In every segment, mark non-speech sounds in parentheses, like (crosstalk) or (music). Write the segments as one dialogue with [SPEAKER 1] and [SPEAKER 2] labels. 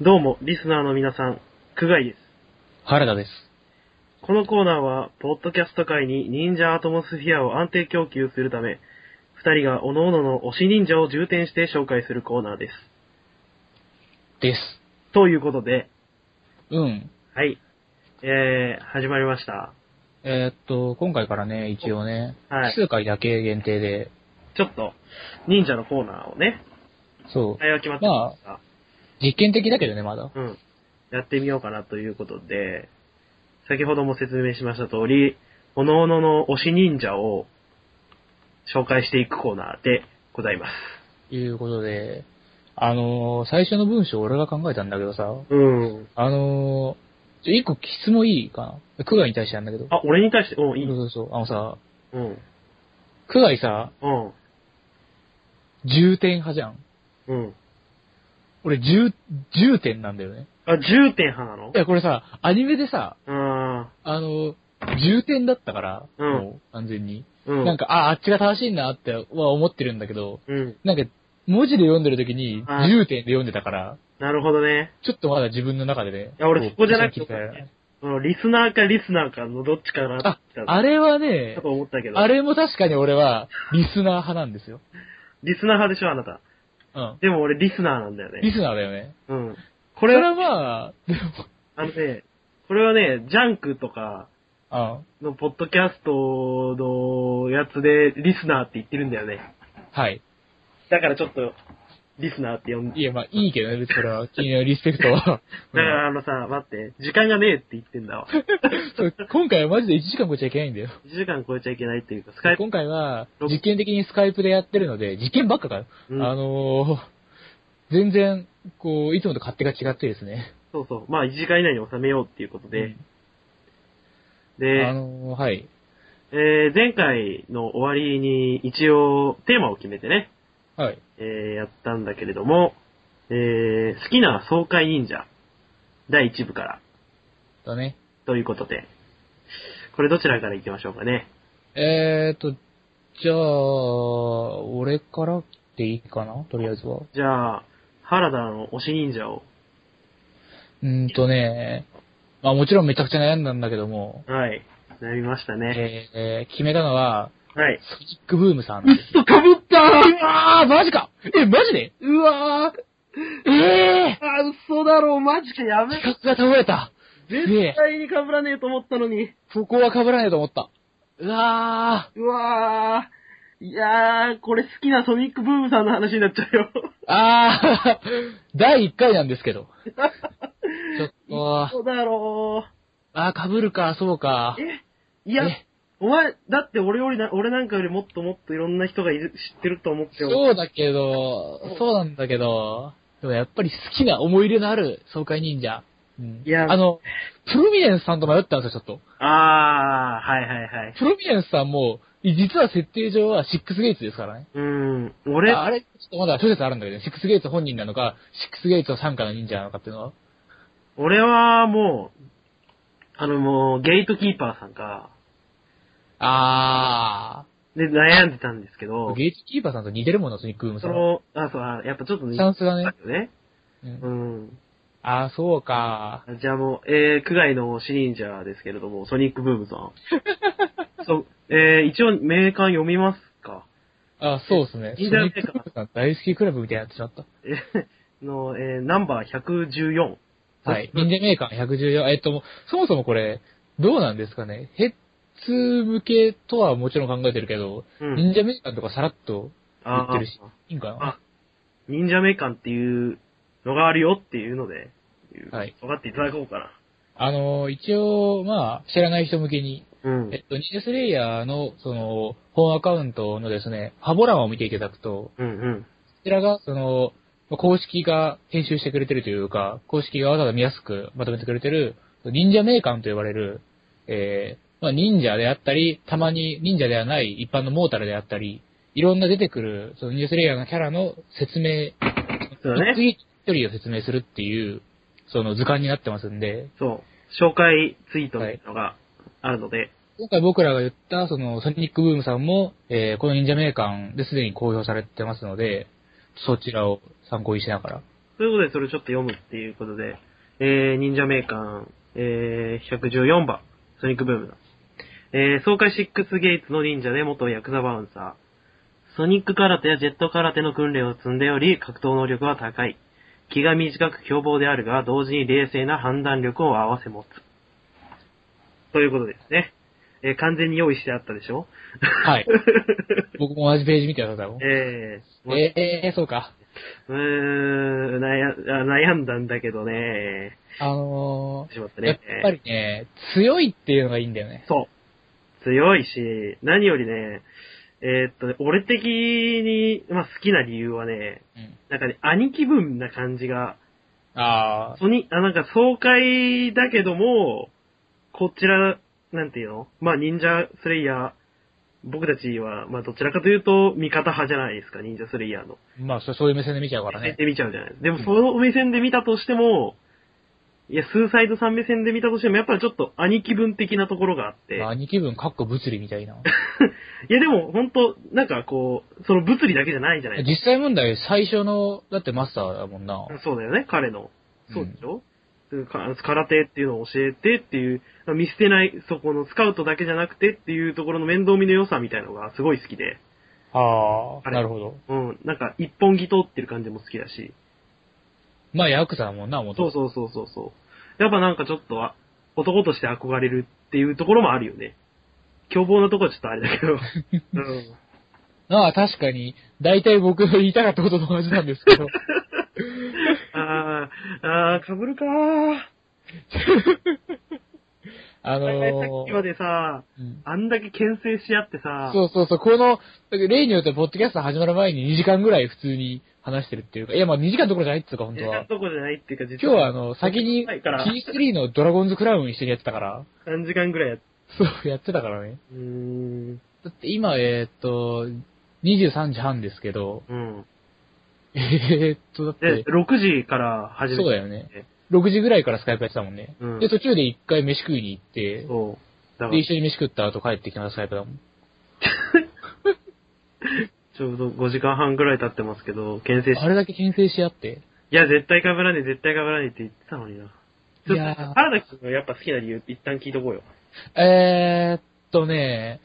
[SPEAKER 1] どうも、リスナーの皆さん、久我井です。
[SPEAKER 2] 原田です。
[SPEAKER 1] このコーナーは、ポッドキャスト界に忍者アトモスフィアを安定供給するため、二人が各々の推し忍者を重点して紹介するコーナーです。
[SPEAKER 2] です。
[SPEAKER 1] ということで、
[SPEAKER 2] うん。
[SPEAKER 1] はい。えー、始まりました。
[SPEAKER 2] えーっと、今回からね、一応ね、
[SPEAKER 1] はい
[SPEAKER 2] 奇数回だけ限定で、
[SPEAKER 1] ちょっと、忍者のコーナーをね、
[SPEAKER 2] そう、
[SPEAKER 1] 対応決まってました。
[SPEAKER 2] 実験的だけどね、まだ。
[SPEAKER 1] うん。やってみようかなということで、先ほども説明しました通り、各々の推し忍者を紹介していくコーナーでございます。
[SPEAKER 2] ということで、あのー最初の文章俺が考えたんだけどさ、
[SPEAKER 1] うん。
[SPEAKER 2] あのーちょ一個質問いいかな久我に対してなんだけど。
[SPEAKER 1] あ、俺に対して、うん、い
[SPEAKER 2] そ。
[SPEAKER 1] いう
[SPEAKER 2] そうそう。あのさ、
[SPEAKER 1] うん。
[SPEAKER 2] 久我さ、
[SPEAKER 1] うん。
[SPEAKER 2] 重点派じゃん。
[SPEAKER 1] うん。
[SPEAKER 2] 俺、重、重点なんだよね。
[SPEAKER 1] あ、10点派なの
[SPEAKER 2] いや、これさ、アニメでさ、
[SPEAKER 1] あ
[SPEAKER 2] あのー重点だったから、
[SPEAKER 1] うん
[SPEAKER 2] もう、完全に。
[SPEAKER 1] ーうん。
[SPEAKER 2] なんか、あ、あっちが正しいなっては思ってるんだけど、
[SPEAKER 1] うん。
[SPEAKER 2] なんか、文字で読んでる時に、
[SPEAKER 1] あ
[SPEAKER 2] 重点で読んでたから、
[SPEAKER 1] なるほどね。
[SPEAKER 2] ちょっとまだ自分の中でね。
[SPEAKER 1] いや俺そこじゃなくて
[SPEAKER 2] 切り替えられない
[SPEAKER 1] このリスナーかリスナーかのどっちかな
[SPEAKER 2] あ
[SPEAKER 1] って、
[SPEAKER 2] あれはね
[SPEAKER 1] だ、と思ったけど。
[SPEAKER 2] あれも確かに俺は、リスナー派なんですよ。
[SPEAKER 1] リスナー派でしょ、あなた。
[SPEAKER 2] うん。
[SPEAKER 1] でも俺リスナーなんだよ
[SPEAKER 2] リ
[SPEAKER 1] ね。
[SPEAKER 2] スナーだよね。
[SPEAKER 1] うん。こ
[SPEAKER 2] こ
[SPEAKER 1] れ
[SPEAKER 2] れ
[SPEAKER 1] は、
[SPEAKER 2] はまあ、でも、
[SPEAKER 1] あのね、これはね、ジャンクとか、
[SPEAKER 2] あ
[SPEAKER 1] のポッドキャストのやつでリスナーって言ってるんだよね。
[SPEAKER 2] はい。
[SPEAKER 1] だからちょっと、リスナーって呼んで。
[SPEAKER 2] いや、まあ、いいけどね、別にこれは、君のリスペク
[SPEAKER 1] (laughs)
[SPEAKER 2] トは。
[SPEAKER 1] だからあのさ、待って、時間がねえって言ってんだわ。
[SPEAKER 2] そう (laughs) 今回はマジで1時間超えちゃいけないんだよ。
[SPEAKER 1] 1時間超えちゃいけないっていうか、スカイプ、
[SPEAKER 2] 今回は、実験的にスカイプでやってるので、実験ばっかかよ。
[SPEAKER 1] うん
[SPEAKER 2] あのー全然、こう、いつもと勝手が違ってですね。
[SPEAKER 1] そうそう、まあ1時間以内に収めようっていうことで、で、
[SPEAKER 2] あのーはい。
[SPEAKER 1] えー前回の終わりに一応テーマを決めてね、
[SPEAKER 2] はい。
[SPEAKER 1] えーやったんだけれども、えー好きな爽快忍者、第1部から、
[SPEAKER 2] だね。
[SPEAKER 1] ということで、これどちらから行きましょうかね。
[SPEAKER 2] えーと、じゃあ、俺からでいいかなとりあえずは。
[SPEAKER 1] じゃあ、原田の推し忍者を。
[SPEAKER 2] うーんとね、まあもちろんめちゃくちゃ悩んだんだけども、
[SPEAKER 1] はい。悩みましたね。
[SPEAKER 2] えー、決めたのは、
[SPEAKER 1] はい。
[SPEAKER 2] ソニックブームさん。
[SPEAKER 1] うっそ、かぶった
[SPEAKER 2] うわーマジかえ、マジでうわーえー
[SPEAKER 1] あ、嘘だろう、マジか、やめ。
[SPEAKER 2] 企画が倒れた
[SPEAKER 1] 絶対に被らねえと思ったのに。
[SPEAKER 2] ここは被らないと思った。うわー
[SPEAKER 1] うわー。いやー、これ好きなソニックブームさんの話になっちゃうよ。
[SPEAKER 2] あー (laughs) 第1回なんですけど。ちょっ
[SPEAKER 1] (laughs)
[SPEAKER 2] と、
[SPEAKER 1] 嘘だろ
[SPEAKER 2] (laughs) あー、被るか、そうか
[SPEAKER 1] う。。え、いや
[SPEAKER 2] え、
[SPEAKER 1] お前、だって俺よりな、俺なんかよりもっともっといろんな人がいる知ってると思ってよ。
[SPEAKER 2] そうだけど、そうなんだけど、でもやっぱり好きな思い入れのある爽快忍者。うん、
[SPEAKER 1] いや
[SPEAKER 2] あの、プロミネンスさんと迷ったんですよ、ちょっと。
[SPEAKER 1] あー、はいはいはい。
[SPEAKER 2] プロミネンスさんも、実は設定上はシックスゲイツですからね。
[SPEAKER 1] うーん、俺、
[SPEAKER 2] ああれ、ちょっとまだ諸説あるんだけどね、シックスゲイツ本人なのか、シックスゲイツの参加の忍者なのかっていうのは。
[SPEAKER 1] 俺はもう、あのもう、ゲートキーパーさんか、
[SPEAKER 2] あ
[SPEAKER 1] で、悩んでたんですけど
[SPEAKER 2] ー。、ゲイツキーパーさんと似てるもんな、ソニックウーム
[SPEAKER 1] そ
[SPEAKER 2] さんは。
[SPEAKER 1] の、あ、そう、あやっぱちょっと
[SPEAKER 2] チ
[SPEAKER 1] 似
[SPEAKER 2] ャ
[SPEAKER 1] て
[SPEAKER 2] ンスがね
[SPEAKER 1] た。けどね。
[SPEAKER 2] うん
[SPEAKER 1] うん。
[SPEAKER 2] あー、そうか。
[SPEAKER 1] じゃあもう、えー、区外のシリンジャーですけれども、ソニックブームさ
[SPEAKER 2] (laughs)
[SPEAKER 1] ん。そう、えー、一応、名鑑読みますか。
[SPEAKER 2] あそうですね。
[SPEAKER 1] いいん
[SPEAKER 2] ソ
[SPEAKER 1] じゃな
[SPEAKER 2] ニ
[SPEAKER 1] い
[SPEAKER 2] ック
[SPEAKER 1] か
[SPEAKER 2] ウームさん大好きクラブみたいになってしまった。
[SPEAKER 1] えー、の、えー、ナンバー114。
[SPEAKER 2] はい。
[SPEAKER 1] う
[SPEAKER 2] 忍
[SPEAKER 1] ん
[SPEAKER 2] 者メーカー114。えっと、そもそもこれ、どうなんですかね。ヘッズ向けとはもちろん考えてるけど、
[SPEAKER 1] うん。
[SPEAKER 2] 忍者メーカーとかさらっと言ってるし
[SPEAKER 1] あー、
[SPEAKER 2] いいんか
[SPEAKER 1] あ
[SPEAKER 2] な
[SPEAKER 1] 忍者名鑑っていうのがあるよっていうので、
[SPEAKER 2] はい。
[SPEAKER 1] 分かっていただこうか
[SPEAKER 2] あの、一応、まあ、知らない人向けに、
[SPEAKER 1] な。うん
[SPEAKER 2] え。っと、ニュースレイヤーの、その、本アカウントのですね、ハボラマを見ていただくと、
[SPEAKER 1] うんうん。
[SPEAKER 2] こちらが、その、まあ公式が編集してくれてるというか、公式がわざわざ見やすくまとめてくれてる、忍者名鑑と呼ばれる、えー、まあ、忍者であったり、たまに忍者ではない一般のモータルであったり、いろんな出てくる、そのニュースレイヤーのキャラの説明、
[SPEAKER 1] そうだね
[SPEAKER 2] 次一人を説明するっていう、その図鑑になってますんで、
[SPEAKER 1] そう、紹介ツイートみたいなのがあるので、
[SPEAKER 2] 今回僕らが言った、その、ソニックブームさんも、えー、この忍者名鑑ですでに公表されてますので、そちらを参考にしながら。
[SPEAKER 1] ということで、それをちょっと読むっていうことで、えー、忍者名鑑、えー、114番、ソニックブームだ。えー、爽快シックスゲイツの忍者で元ヤクザバウンサー。ソニック空手やジェット空手の訓練を積んでおり、格闘能力は高い。気が短く凶暴であるが、同時に冷静な判断力を合わせ持つ。ということですね。えー、完全に用意してあったでしょ (laughs)
[SPEAKER 2] はい。僕も同じページ見てただろ。
[SPEAKER 1] えー、
[SPEAKER 2] ええーそうか。
[SPEAKER 1] うーん、悩悩んだんだけどね。
[SPEAKER 2] あの
[SPEAKER 1] しまった
[SPEAKER 2] ー、やっ
[SPEAKER 1] ね。
[SPEAKER 2] ぱりね、強いっていうのがいいんだよね。
[SPEAKER 1] そう。強いし、何よりね、えーっとね、俺的に、まあ、好きな理由はね、
[SPEAKER 2] うん。
[SPEAKER 1] なんかね、兄貴分な感じが、
[SPEAKER 2] あ
[SPEAKER 1] ソニ、あ、なんか爽快だけども、こちら、なんていうのまあ、忍者スレイヤー、僕たちは、まあ、どちらかというと、味方派じゃないですか、忍者スレイヤーの。
[SPEAKER 2] ー、まあそ、そういう目線で見ちゃうから
[SPEAKER 1] 目線
[SPEAKER 2] ね。
[SPEAKER 1] で見ちゃうじゃないでも
[SPEAKER 2] う、ん
[SPEAKER 1] その目線で見たとしても、いや、スーサイドさん目線で見たとしても、やっぱりちょっと兄貴分的なところがあって、
[SPEAKER 2] まあ、兄貴分、かっこ物理みたいな。
[SPEAKER 1] いや、でも、本当なんかこう、その物理だけじゃないじゃない
[SPEAKER 2] 実際問題、最初の、だってマスターだもんな。
[SPEAKER 1] そうだよね、彼の。そうでしょ、うか空手っていうのを教えてっていう、見捨てない、そこのスカウトだけじゃなくてっていうところの面倒見の良さみたいのがすごい好きで、
[SPEAKER 2] あ
[SPEAKER 1] あ
[SPEAKER 2] あ、
[SPEAKER 1] れ
[SPEAKER 2] なるほど。
[SPEAKER 1] うん、なんか一本気通ってる感じも好きだし、
[SPEAKER 2] まあ、ヤクザだもんな、元
[SPEAKER 1] そうそうそうそうそう。やっぱなんかちょっとは、男として憧れるっていうところもあるよね。凶暴なとこはちょっとあれだけ
[SPEAKER 2] (laughs)
[SPEAKER 1] ど。うん。
[SPEAKER 2] ああ、確かに、大体僕の言いたかったことと同じなんで
[SPEAKER 1] (laughs)
[SPEAKER 2] すけど。
[SPEAKER 1] あー、あー、かぶるかー。
[SPEAKER 2] あ
[SPEAKER 1] さ
[SPEAKER 2] の
[SPEAKER 1] っきま
[SPEAKER 2] ー、
[SPEAKER 1] でさ、
[SPEAKER 2] うん
[SPEAKER 1] あんだけ牽制し合ってさ、
[SPEAKER 2] そうそうそう、この、例によって、ポッドキャスト始まる前に2時間ぐらい普通に話してるっていうか、いや、まあ2時間どころじゃないっつうか、本当は。
[SPEAKER 1] どこじゃないっていうか、実
[SPEAKER 2] 今日は、あの、先に、
[SPEAKER 1] はいから
[SPEAKER 2] T3 のドラゴンズクラウン一緒にやってたから、
[SPEAKER 1] 3時間ぐらいやっ
[SPEAKER 2] そう、やってたからね。
[SPEAKER 1] うーん。
[SPEAKER 2] だって今、えーっと、23時半ですけど、
[SPEAKER 1] うん。
[SPEAKER 2] えーっと、だっ
[SPEAKER 1] で、
[SPEAKER 2] て、
[SPEAKER 1] 6時から始めて
[SPEAKER 2] そうだよね。6時ぐらいからスカイプやってたもんね。
[SPEAKER 1] うん
[SPEAKER 2] で、途中で一回飯食いに行って、
[SPEAKER 1] そう。だか
[SPEAKER 2] で、
[SPEAKER 1] ら、
[SPEAKER 2] 一緒に飯食った後帰ってきたのがスカイプだもん。
[SPEAKER 1] ちょうど5時間半ぐらい経ってますけど、牽制し
[SPEAKER 2] あ、れだけ牽制し合って。
[SPEAKER 1] いや、絶対被らねえ、絶対被らねえって言ってたのにな。ちょ
[SPEAKER 2] いや
[SPEAKER 1] っ
[SPEAKER 2] ー
[SPEAKER 1] と、原田君のやっぱ好きな理由、一旦聞いとこうよ。
[SPEAKER 2] えーっとね、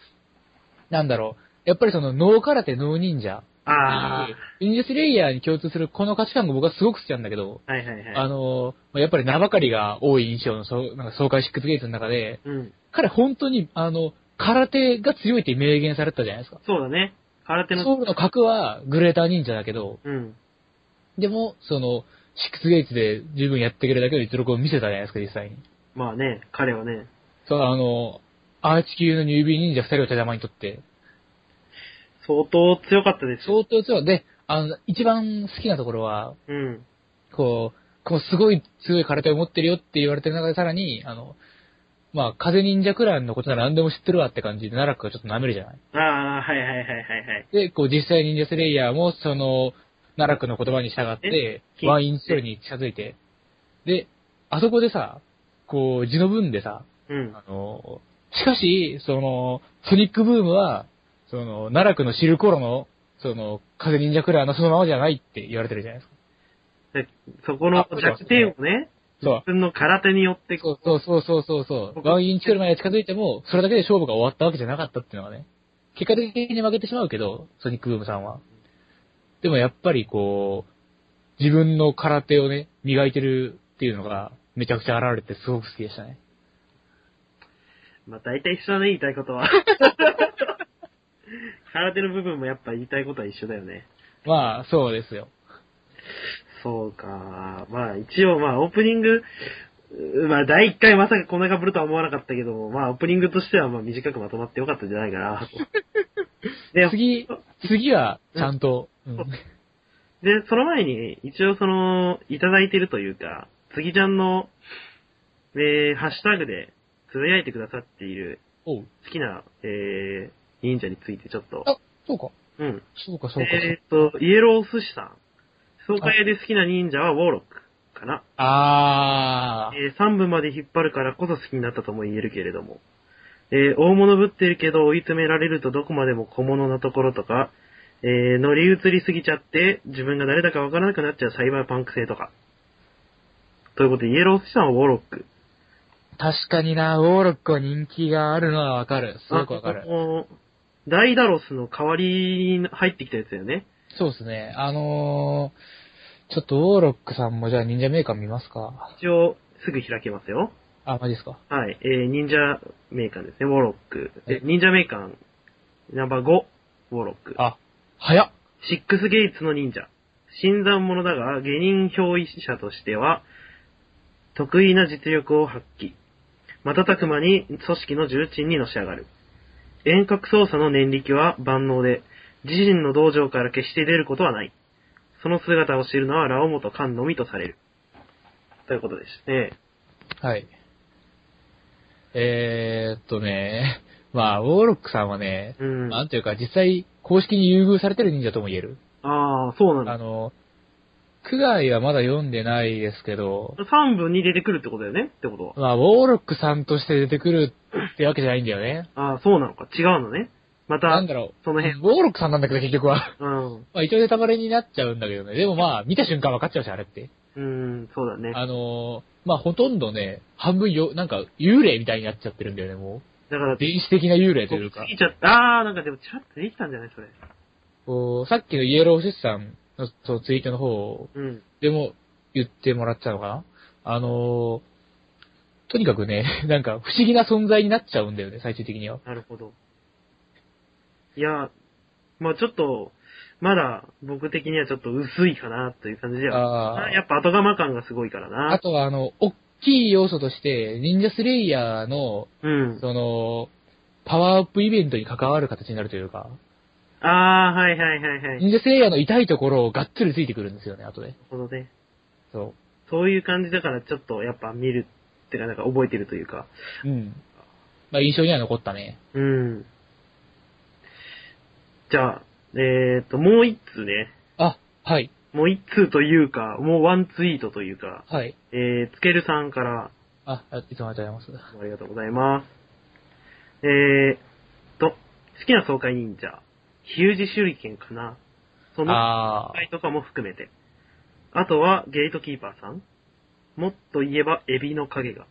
[SPEAKER 2] なんだろう。やっぱりその、脳空手、脳忍者。
[SPEAKER 1] あ
[SPEAKER 2] 忍者スレイヤーに共通するこの価値観が僕はすごく好きなんだけど、
[SPEAKER 1] ー。はいはいはい。
[SPEAKER 2] あの、まあやっぱり名ばかりが多い印象の、そう、なんか爽快シックスゲートの中で、
[SPEAKER 1] うん。
[SPEAKER 2] 彼本当に、あの、空手が強いって明言されてたじゃないですか。
[SPEAKER 1] そうだね。空手の、
[SPEAKER 2] ソウルの格はグレーター忍者だけど、
[SPEAKER 1] うん。
[SPEAKER 2] でも、その、シックスゲートで十分やってくれるだけの実力を見せたじゃないですか、実際に。
[SPEAKER 1] まあね、彼はね。
[SPEAKER 2] そう、あの、アーチ級のニュービー忍者二人を手玉にとって、
[SPEAKER 1] 相当強かったですよ。
[SPEAKER 2] 相当強い。で、あの、一番好きなところは、
[SPEAKER 1] うん。
[SPEAKER 2] こう、こうすごい強い空手を持ってるよって言われてる中で、さらに、あの、まあ、風忍者くらいのことなら何でも知ってるわって感じで、奈落がちょっと舐めるじゃない。
[SPEAKER 1] あー、はいはいはいはいはい。
[SPEAKER 2] で、こう、実際忍者スレイヤーも、その、奈落の言葉に従って、
[SPEAKER 1] え
[SPEAKER 2] ワインストに近づいて、で、あそこでさ、こう、字の文でさ、
[SPEAKER 1] うん。
[SPEAKER 2] あの、しかし、その、ソニックブームは、その、奈落の知る頃の、その、風忍者クラーのそのままじゃないって言われてるじゃないですか。
[SPEAKER 1] でそこの
[SPEAKER 2] あそうだ
[SPEAKER 1] 弱点をね、
[SPEAKER 2] そう
[SPEAKER 1] 自分の空手によって、
[SPEAKER 2] そうそうそうそうそうそう。ワンインチくらいまで近づいても、それだけで勝負が終わったわけじゃなかったっていうのはね。結果的に負けてしまうけど、ソニックブームさんは。でもやっぱりこう、自分の空手をね、磨いてるっていうのが、めちゃくちゃ現れてすごく好きでしたね。
[SPEAKER 1] まあ大体一緒だね、言いたいこと
[SPEAKER 2] (laughs)
[SPEAKER 1] は。 (laughs) 空手の部分もやっぱ言いたいことは一緒だよね。
[SPEAKER 2] まあ、そうですよ。
[SPEAKER 1] そうか。まあ一応まあオープニング、うまあ第1回まさかこんな被るとは思わなかったけども、まあオープニングとしてはまあ短くまとまってよかったんじゃないかな。
[SPEAKER 2] (laughs)
[SPEAKER 1] で、
[SPEAKER 2] 次、次は、ちゃんと、うん
[SPEAKER 1] で、その前に一応その、いただいてるというか、次ちゃんの、えー、ハッシュタグでつぶやいてくださっている
[SPEAKER 2] おう。
[SPEAKER 1] 好きな、えー、忍者についてちょっと、
[SPEAKER 2] あ、そうか。
[SPEAKER 1] うん。
[SPEAKER 2] そうか、そうか。
[SPEAKER 1] えーっと、イエロー寿司さん。爽快で好きな忍者はウォーロックかな。
[SPEAKER 2] あー。
[SPEAKER 1] え3部まで引っ張るからこそ好きになったとも言えるけれども。えー大物ぶってるけど追い詰められるとどこまでも小物なところとか、えー乗り移りすぎちゃって、自分が誰だかわからなくなっちゃうサイバーパンク性とか。ということで、イエロースさんはウォーロック。
[SPEAKER 2] 確かにな、ウォーロックは人気があるのはわかる。すごくわか
[SPEAKER 1] あ
[SPEAKER 2] る。
[SPEAKER 1] このダイダロスの代わりに入ってきたやつだよね。
[SPEAKER 2] そうですね。あのー、ちょっとウォーロックさんもじゃあ忍者メーカー見ますか。
[SPEAKER 1] 一応、すぐ開けますよ。
[SPEAKER 2] あ、マジですか。
[SPEAKER 1] はい。えー、忍者メーカーですね、ウォーロック。
[SPEAKER 2] は
[SPEAKER 1] で
[SPEAKER 2] い
[SPEAKER 1] 忍者メーカー、ナンバー5、ウォーロック。
[SPEAKER 2] あ、早っ
[SPEAKER 1] シックスゲイツの忍者。新参者だが、下人憑依者としては、得意な実力を発揮。瞬く間に組織の重鎮にのし上がる。遠隔操作の念力は万能で、自身の道場から決して出ることはない。その姿を知るのはラオモとカンのみとされる。ということですね。
[SPEAKER 2] はい。えー、っとね、まあ、ウォーロックさんはね、
[SPEAKER 1] うん。
[SPEAKER 2] な
[SPEAKER 1] あ
[SPEAKER 2] んていうか、実際、公式に優遇されてる忍者とも言える。
[SPEAKER 1] あー、そうなん
[SPEAKER 2] あ
[SPEAKER 1] だ。
[SPEAKER 2] の、苦害はまだ読んでないですけど、
[SPEAKER 1] 3分に出てくるってことだよねってことは。
[SPEAKER 2] まあ、ウォーロックさんとして出てくるってわけじゃないんだよね。
[SPEAKER 1] ああ、そうなのか。違うのね。ま
[SPEAKER 2] な
[SPEAKER 1] た
[SPEAKER 2] ん、だろ。
[SPEAKER 1] そう
[SPEAKER 2] ウ
[SPEAKER 1] の
[SPEAKER 2] ォー
[SPEAKER 1] 辺。
[SPEAKER 2] ロックさんなんだけど、結局は。
[SPEAKER 1] うん。
[SPEAKER 2] まあ、一応ネタバレになっちゃうんだけどね。でもまあ、見た瞬間分かっちゃうし、あれって。
[SPEAKER 1] うん、そうだね。
[SPEAKER 2] あのー、まあ、ほとんどね、半分よ、なんか、幽霊みたいになっちゃってるんだよね、も
[SPEAKER 1] だから
[SPEAKER 2] う。、電子的な幽霊と
[SPEAKER 1] 過
[SPEAKER 2] いうか。
[SPEAKER 1] ぎちゃった。あー、なんかでもちらっとできたんじゃないそれ。
[SPEAKER 2] こう、さっきのイエローシスさんのそうツイートの方
[SPEAKER 1] うん。
[SPEAKER 2] でも言ってもらったのかなあのー、とにかくね、 (laughs) なんか不思議な存在になっちゃうんだよね、最終的には。
[SPEAKER 1] なるほど。いや、まあちょっと、まだ僕的にはちょっと薄いかなという感じでは。
[SPEAKER 2] あ
[SPEAKER 1] やっぱ後釜感がすごいから
[SPEAKER 2] あ
[SPEAKER 1] な。
[SPEAKER 2] とは、あの、大きい要素として、忍者スレイヤーの、
[SPEAKER 1] うん。
[SPEAKER 2] その、パワーアップイベントに関わる形になるというか、
[SPEAKER 1] あー、はいはいはいはい。なる
[SPEAKER 2] 忍者スレイヤーの痛いところをがっつりついてくるんですよね、後で。
[SPEAKER 1] ほどね。
[SPEAKER 2] そ
[SPEAKER 1] そういう感じだからちょっとやっぱ見るってかなんか覚えてるというか。
[SPEAKER 2] う。うん。まあ、印象には残ったね。
[SPEAKER 1] うん。じゃあ、えーと、もう一通ね。
[SPEAKER 2] あ、はい、
[SPEAKER 1] もう一通というか、もうワンツイートというか、
[SPEAKER 2] はい。
[SPEAKER 1] えー、つけるさんから
[SPEAKER 2] あ、あいつもありがとうございます。
[SPEAKER 1] ありがとうございます。えーっと、好きな爽快忍者、ヒュージ手裏剣かな。その
[SPEAKER 2] あ
[SPEAKER 1] 紹介とかも含めて。あとは、ゲートキーパーさん。もっと言えば、エビの影が。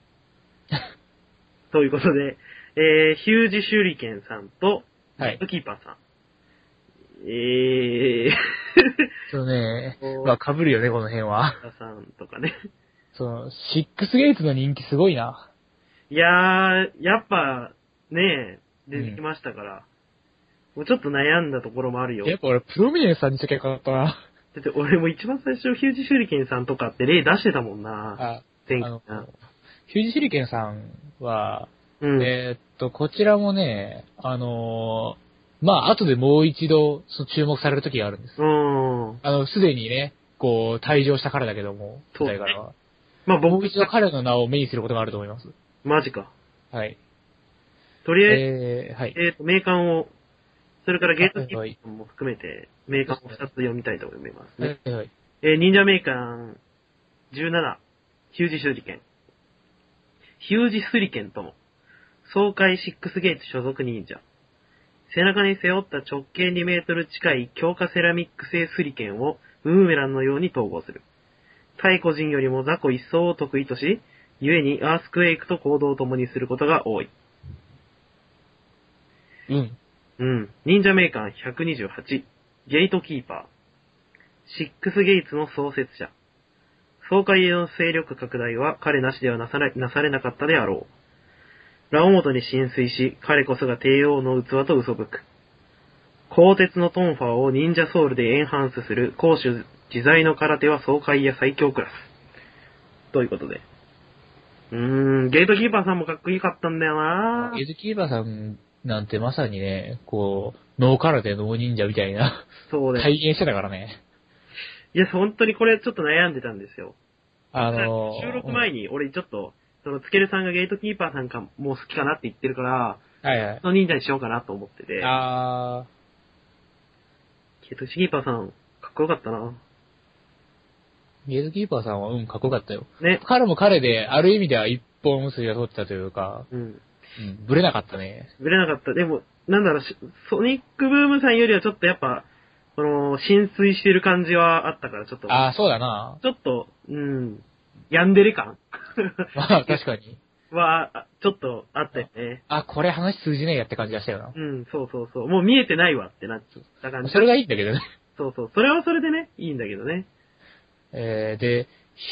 [SPEAKER 1] ということで、えー、ヒュージ手裏剣さんと、
[SPEAKER 2] あ、 (laughs) はい
[SPEAKER 1] ゲー。トキーパーさん。え
[SPEAKER 2] そうね
[SPEAKER 1] お、ー
[SPEAKER 2] まあ被るよね、この辺は。
[SPEAKER 1] ー、 (laughs) さんとかね。
[SPEAKER 2] その、シックスゲイツの人気すごいな。
[SPEAKER 1] いやー、やっぱ、ねえ、出てきましたから、もうちょっと悩んだところもあるよ。
[SPEAKER 2] やっぱ俺、プロミネンスさんにしときゃよかったな。
[SPEAKER 1] だって俺も一番最初、ヒュージ手裏剣さんとかって例出してたもんな。
[SPEAKER 2] あ、あ
[SPEAKER 1] 前回
[SPEAKER 2] の
[SPEAKER 1] な。、
[SPEAKER 2] ヒュージ手裏剣さんは、
[SPEAKER 1] うん。
[SPEAKER 2] えーっと、こちらもね、あのーまあ、後でもう一度、その注目される時があるんです。
[SPEAKER 1] うん。
[SPEAKER 2] あの、すでにね、こう、退場したからだけども、
[SPEAKER 1] そう
[SPEAKER 2] 舞台からは。
[SPEAKER 1] まあ
[SPEAKER 2] も
[SPEAKER 1] 僕
[SPEAKER 2] う一度彼の名を目にすることがあると思います。
[SPEAKER 1] マジか。
[SPEAKER 2] はい。
[SPEAKER 1] とりあえ
[SPEAKER 2] えー、はい
[SPEAKER 1] ず、。えっ、と、名鑑を、それからゲートキー
[SPEAKER 2] あ
[SPEAKER 1] パ
[SPEAKER 2] はいはい
[SPEAKER 1] ーも含めて、名鑑を2つ読みたいと思いますね。
[SPEAKER 2] はいはい
[SPEAKER 1] えー忍者名鑑17、ヒュージ手裏剣。ヒュージ手裏剣とも、爽快シックスゲート所属忍者。背中に背負った直径2メートル近い強化セラミック製手裏剣をブーメランのように統合する。対個人よりも雑魚一層を得意とし、故にアースクエイクと行動を共にすることが多い。
[SPEAKER 2] うん。
[SPEAKER 1] うん。忍者名鑑128。ゲートキーパー。シックスゲイツの創設者。総会への勢力拡大は彼なしではなされなされなかったであろう。ラオモトに浸水し、彼こそが帝王の器と嘘吹く。鋼鉄のトンファーを忍者ソウルでエンハンスする攻守自在の空手は爽快や最強クラス。ということで。うーん、ゲートキーパーさんもかっこよかったんだよな
[SPEAKER 2] エズキーバーさんなんてまさにね、こう、ノーカラでノー忍者みたいな、
[SPEAKER 1] そうだよ
[SPEAKER 2] 体現してたからね。
[SPEAKER 1] いや、本当にこれちょっと悩んでたんですよ。
[SPEAKER 2] あのー、
[SPEAKER 1] 収録前に俺ちょっと、その、つけるさんがゲートキーパーさんかもう好きかなって言ってるから、
[SPEAKER 2] うんはいはい。
[SPEAKER 1] その忍者にしようかなと思ってて、
[SPEAKER 2] あ
[SPEAKER 1] ゲートキーパーさん、かっこよかったな。
[SPEAKER 2] ー、ゲートキーパーさんはうん、かっこよかったよ。
[SPEAKER 1] ね。
[SPEAKER 2] 彼も彼で、ある意味では一本結びが通ってたというか、
[SPEAKER 1] うん。
[SPEAKER 2] うん、ぶれなかったね。
[SPEAKER 1] ぶれなかった。でも、なんだろう、しソニックブームさんよりはちょっとやっぱ、その、浸水してる感じはあったから、ちょっと、
[SPEAKER 2] ああ、そうだな。 (laughs)
[SPEAKER 1] ちょっと、うん、ヤンデレ感 (laughs)
[SPEAKER 2] まあ、確かに。
[SPEAKER 1] は、あちょっとあったよね。
[SPEAKER 2] あ、これ話通じねえやって感じがしたよな。
[SPEAKER 1] うん、そうそうそう。もう見えてないわってなっちゃった感じ。
[SPEAKER 2] それがいいんだけどね。 (laughs)
[SPEAKER 1] そうそう。それはそれでね、いいんだけどね。
[SPEAKER 2] えー、で、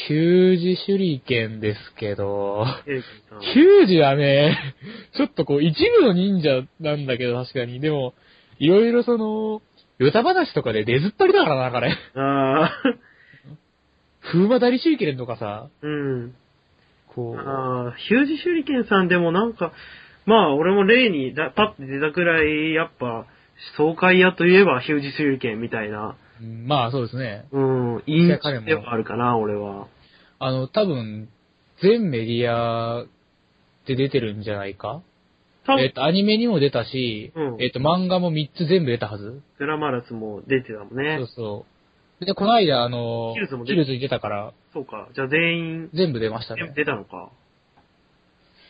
[SPEAKER 2] ヒュージ手裏剣ですけど、
[SPEAKER 1] エイジさん
[SPEAKER 2] ヒュージはね、ちょっとこう、一部の忍者なんだけど、確かに。でも、いろいろその、歌話とかで出ずっぱりだからな、彼。 (laughs)
[SPEAKER 1] ああ、
[SPEAKER 2] 風魔大手裏剣とかさ、
[SPEAKER 1] (laughs) うん。
[SPEAKER 2] こう、
[SPEAKER 1] ああ、ヒュージ手裏剣さんでもなんか、まあ俺も例にだパッて出たくらい、やっぱ、爽快屋といえばヒュージ手裏剣みたいな、
[SPEAKER 2] うんまあそうですね。
[SPEAKER 1] うん、印
[SPEAKER 2] いや彼
[SPEAKER 1] 象
[SPEAKER 2] も
[SPEAKER 1] ではあるかな、俺は。
[SPEAKER 2] あの、多分、全メディアで出てるんじゃないか
[SPEAKER 1] 多
[SPEAKER 2] え
[SPEAKER 1] 分
[SPEAKER 2] っ、と、アニメにも出たし、
[SPEAKER 1] うん
[SPEAKER 2] えっと、漫画も3つ全部出たはず。
[SPEAKER 1] グラマラスも出てたもんね
[SPEAKER 2] そう。そう。で、この間、あの、
[SPEAKER 1] ヒルズも出
[SPEAKER 2] ヒ
[SPEAKER 1] た
[SPEAKER 2] ルズに出たから、
[SPEAKER 1] そうか。じゃあ全員、
[SPEAKER 2] 全部出ました
[SPEAKER 1] 全部
[SPEAKER 2] ね。
[SPEAKER 1] 出たのか。あ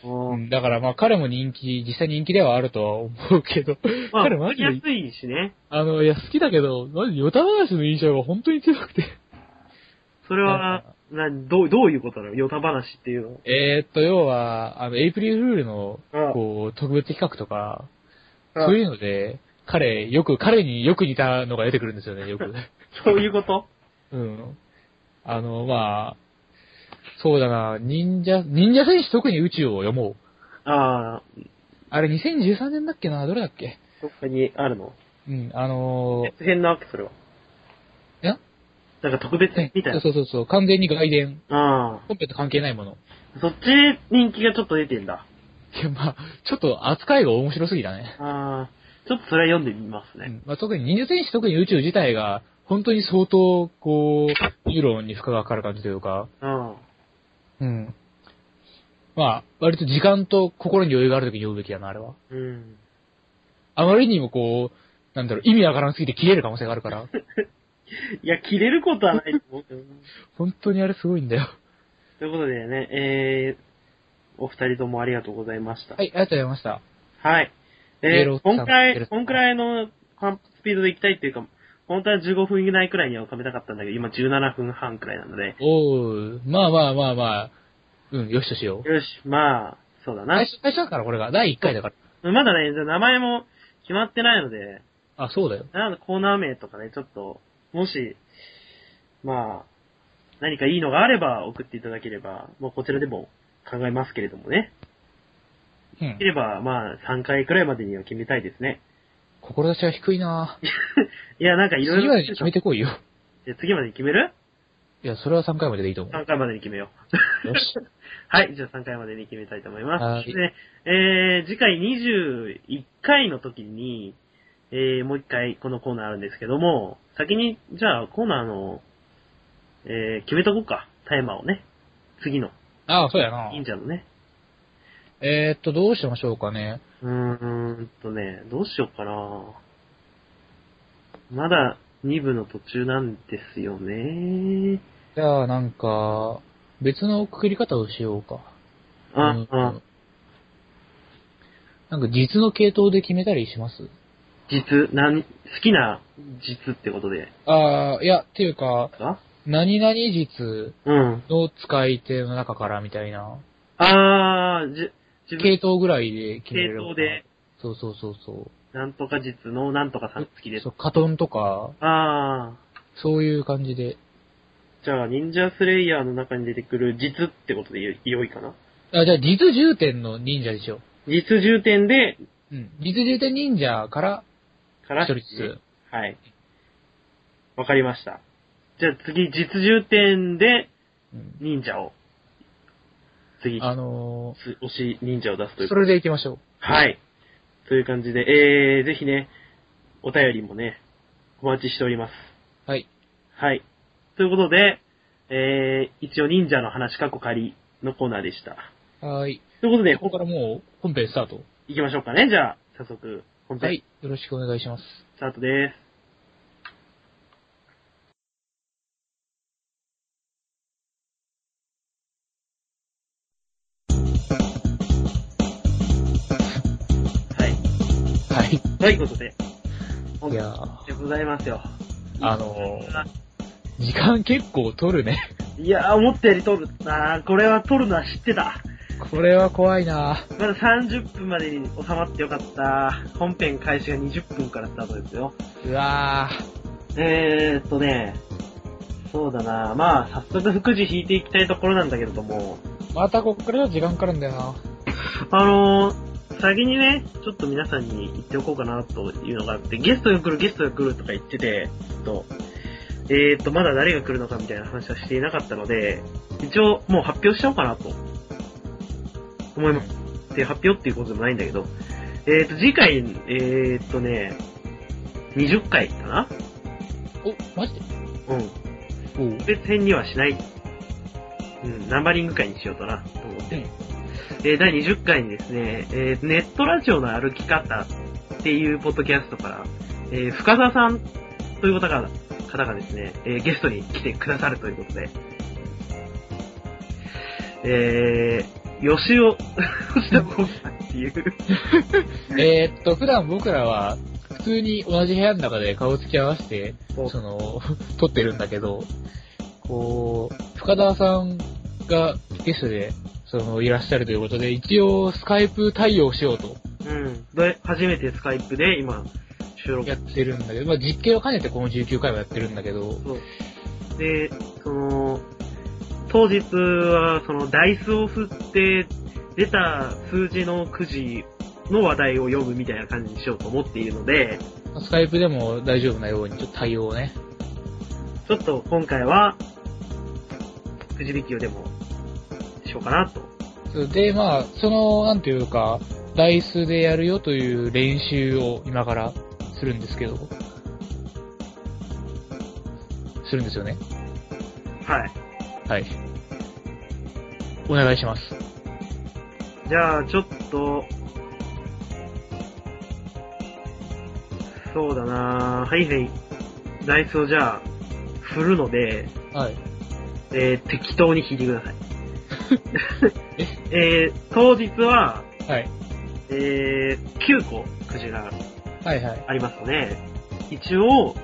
[SPEAKER 2] う
[SPEAKER 1] ー
[SPEAKER 2] んだからまあ彼も人気、実際人気ではあるとは思うけど、
[SPEAKER 1] まあ、
[SPEAKER 2] 彼
[SPEAKER 1] わ
[SPEAKER 2] マ
[SPEAKER 1] か
[SPEAKER 2] ジ
[SPEAKER 1] り
[SPEAKER 2] で
[SPEAKER 1] やすいしね。
[SPEAKER 2] あの、いや、好きだけど、マジ、ヨタ話の印象が本当に強くて。
[SPEAKER 1] それは、な、どう、どういうことなのヨタ話っていうのは。
[SPEAKER 2] えーっと、要は、あの、エイプリルフールの
[SPEAKER 1] あ、
[SPEAKER 2] こう、特別企画とか、
[SPEAKER 1] あ
[SPEAKER 2] そういうので、彼、よく、彼によく似たのが出てくるんですよね、よく。
[SPEAKER 1] そういうこと
[SPEAKER 2] うん。あの、まあ、そうだな、忍者、忍者戦士特に宇宙を読もう。
[SPEAKER 1] ああ、
[SPEAKER 2] あれ2013年だっけな、どれだっけ
[SPEAKER 1] どっかにあるの
[SPEAKER 2] うん、あの
[SPEAKER 1] 別編なわけ、それは。
[SPEAKER 2] え
[SPEAKER 1] なんか特別
[SPEAKER 2] ー、ね
[SPEAKER 1] 編みたいな。
[SPEAKER 2] そうそうそう、完全に外伝。
[SPEAKER 1] あ
[SPEAKER 2] 本編と関係ないもの。
[SPEAKER 1] あ、そっち人気がちょっと出てんだ。
[SPEAKER 2] いや、まあ、ちょっと扱いが面白すぎだね。
[SPEAKER 1] ああ、ちょっとそれは読んでみます
[SPEAKER 2] う
[SPEAKER 1] ね。
[SPEAKER 2] んまあ、特に忍者戦士、特に宇宙自体が、本当に相当、こう、理論に負荷がかかる感じというか、
[SPEAKER 1] うん。
[SPEAKER 2] うん。まあ、割と時間と心に余裕がある時に読むべきだな、あれは。
[SPEAKER 1] うん。
[SPEAKER 2] あまりにもこう、なんだろう、意味わからなすぎて切れる可能性があるから、
[SPEAKER 1] いや、切れることはないと思うけどな。 (laughs)
[SPEAKER 2] 本当にあれすごいんだよ。
[SPEAKER 1] ということでね、えー、お二人ともありがとうございました。。
[SPEAKER 2] はいい、ありがとうございました。
[SPEAKER 1] はい。
[SPEAKER 2] イエ
[SPEAKER 1] え
[SPEAKER 2] ロ
[SPEAKER 1] ー、
[SPEAKER 2] ーさ
[SPEAKER 1] こ
[SPEAKER 2] ん
[SPEAKER 1] んくら
[SPEAKER 2] イエロ
[SPEAKER 1] い、
[SPEAKER 2] ーさん
[SPEAKER 1] こんくらいのスピードで行きたいっていうか、本当は15分以内くらいには収めたかったんだけど、今17分半くらいなので。
[SPEAKER 2] おー、まあまあまあまあ、うん、よしとしよう。
[SPEAKER 1] よし、まあ、そうだな
[SPEAKER 2] 最。初、最初だからこれが、第1回だから。
[SPEAKER 1] まだね、名前も決まってないので、
[SPEAKER 2] あ、そうだよ。
[SPEAKER 1] なんかコーナー名とかね、ちょっと、もし、まあ、何かいいのがあれば送っていただければ、もうこちらでも考えますけれどもね。
[SPEAKER 2] う
[SPEAKER 1] で
[SPEAKER 2] ん
[SPEAKER 1] き。れば、まあ、3回くらいまでには決めたいですね。
[SPEAKER 2] 志は低いない
[SPEAKER 1] や、なんかい
[SPEAKER 2] 次
[SPEAKER 1] ろいろ
[SPEAKER 2] までに決めてこいよ。
[SPEAKER 1] じゃあ次までに決める
[SPEAKER 2] いや、それは3回まででいいと思
[SPEAKER 1] ?3 回までに決めよう。
[SPEAKER 2] う。よし。
[SPEAKER 1] はい、じゃあ3回までに決めたいと思いま
[SPEAKER 2] は
[SPEAKER 1] す。
[SPEAKER 2] い
[SPEAKER 1] で、えー、次回21回の時に、えー、もう1回このコーナーあるんですけども、先に、じゃあコーナーの、えー、決めとこうか。タイマーをね。次の、
[SPEAKER 2] ああ、そうやな
[SPEAKER 1] 忍者のね。
[SPEAKER 2] えー、っと、どうしましょうかね。
[SPEAKER 1] うーんとね、どうしようかなまだ2部の途中なんですよね。
[SPEAKER 2] じゃあ、なんか、別のくくり方をしようか。
[SPEAKER 1] あ、
[SPEAKER 2] うん
[SPEAKER 1] あ、
[SPEAKER 2] なんか、実の系統で決めたりします
[SPEAKER 1] 実、なん、好きな実ってことで。
[SPEAKER 2] ああ、いや、っていうか、
[SPEAKER 1] か
[SPEAKER 2] 何々実
[SPEAKER 1] うん。
[SPEAKER 2] の使い手の中からみたいな、
[SPEAKER 1] あー、じ、自分
[SPEAKER 2] 系統ぐらいで決めれる。
[SPEAKER 1] 系統で。
[SPEAKER 2] そうそうそうそう。
[SPEAKER 1] なんとか実のなんとかさん好きです
[SPEAKER 2] そう、。カトンとか、
[SPEAKER 1] あ
[SPEAKER 2] そういう感じで。
[SPEAKER 1] ー。じゃあ、忍者スレイヤーの中に出てくる実ってことでよ良いかな
[SPEAKER 2] あ、じゃあ、実重点の忍者でしょ。
[SPEAKER 1] 実重点で、
[SPEAKER 2] うん。実重点忍者から
[SPEAKER 1] から、
[SPEAKER 2] 一人ず
[SPEAKER 1] はい。わかりました。じゃあ次、実重点で
[SPEAKER 2] つ。うん
[SPEAKER 1] 忍者を。次、
[SPEAKER 2] あの
[SPEAKER 1] つ推し忍者を出すとい
[SPEAKER 2] ー、
[SPEAKER 1] う
[SPEAKER 2] そ。れで行きましょう。
[SPEAKER 1] はい。という感じで、えー、ぜひね、お便りもね、お待ちしております。
[SPEAKER 2] はい。
[SPEAKER 1] はい。ということで、えー、一応忍者の話過去仮のコーナーでした。
[SPEAKER 2] はーい。
[SPEAKER 1] ということで、
[SPEAKER 2] ここからもう本編スタート。
[SPEAKER 1] 行きましょうかね。じゃあ、早速、本
[SPEAKER 2] は
[SPEAKER 1] 編
[SPEAKER 2] い。よろしくお願いします。
[SPEAKER 1] スタートです。はい。
[SPEAKER 2] はい。
[SPEAKER 1] ということで、本
[SPEAKER 2] い
[SPEAKER 1] 編
[SPEAKER 2] やー
[SPEAKER 1] でございますよ。
[SPEAKER 2] あの、時間結構取るね。
[SPEAKER 1] いやー、思ったより取る。あー、これは取るのは知ってた。
[SPEAKER 2] これは怖いな
[SPEAKER 1] まだ30分までに収まってよかった。本編開始が20分からスタートですよ。
[SPEAKER 2] うわぁ。
[SPEAKER 1] えーっとね、そうだなまあ、早速副次引いていきたいところなんだけれども、
[SPEAKER 2] またこっから時間かかるんだよな。
[SPEAKER 1] あのー、先にね、ちょっと皆さんに言っておこうかなというのがあって、ゲストが来る、ゲストが来るとか言ってて、ちょっと、えーっと、まだ誰が来るのかみたいな話はしていなかったので、一応もう発表しちゃおうかなと、思います。で、発表っていうことでもないんだけど、えーっと、次回、えーっとね、20回かな
[SPEAKER 2] お、マジで
[SPEAKER 1] うん。
[SPEAKER 2] おう
[SPEAKER 1] 別編にはしない。うん、ナンバリング会にしようかな、と思って。えー第20回にですね、えーネットラジオの歩き方っていうポッドキャストから、えー深澤さんという方が、方がですね、えーゲストに来てくださるということで、えー、吉 (laughs) 尾、吉田浩二さんっていう、
[SPEAKER 2] えーっと、普段僕らは、普通に同じ部屋の中で顔を付き合わせて、
[SPEAKER 1] そう
[SPEAKER 2] その、 (laughs) 撮ってるんだけど、こう、深田さんがゲストで、その、いらっしゃるということで、一応、スカイプ対応しようと
[SPEAKER 1] うん、で、初めてスカイプで今、収録
[SPEAKER 2] やってるんだけど、まあ、実験を兼ねてこの19回はやってるんだけど、
[SPEAKER 1] そう。で、その、当日は、その、ダイスを振って、出た数字のくじの話題を読むみたいな感じにしようと思っているので、
[SPEAKER 2] スカイプでも大丈夫なように、ちょっと対応をね。
[SPEAKER 1] ちょっと今回は、くじ引きをでも、しようかなと。
[SPEAKER 2] そうで、まあ、その、なんていうか、ダイスでやるよという練習を今からするんですけど、するんですよね。
[SPEAKER 1] はい。
[SPEAKER 2] はい。お願いします。
[SPEAKER 1] じゃあ、ちょっと、そうだなはいはい。ダイスをじゃあ、振るので、
[SPEAKER 2] はい。
[SPEAKER 1] えー適当に引いてくだ
[SPEAKER 2] (laughs)
[SPEAKER 1] さい。えー当日は、
[SPEAKER 2] はい。
[SPEAKER 1] えー9個くじが
[SPEAKER 2] はいはい。
[SPEAKER 1] ありますので、一応、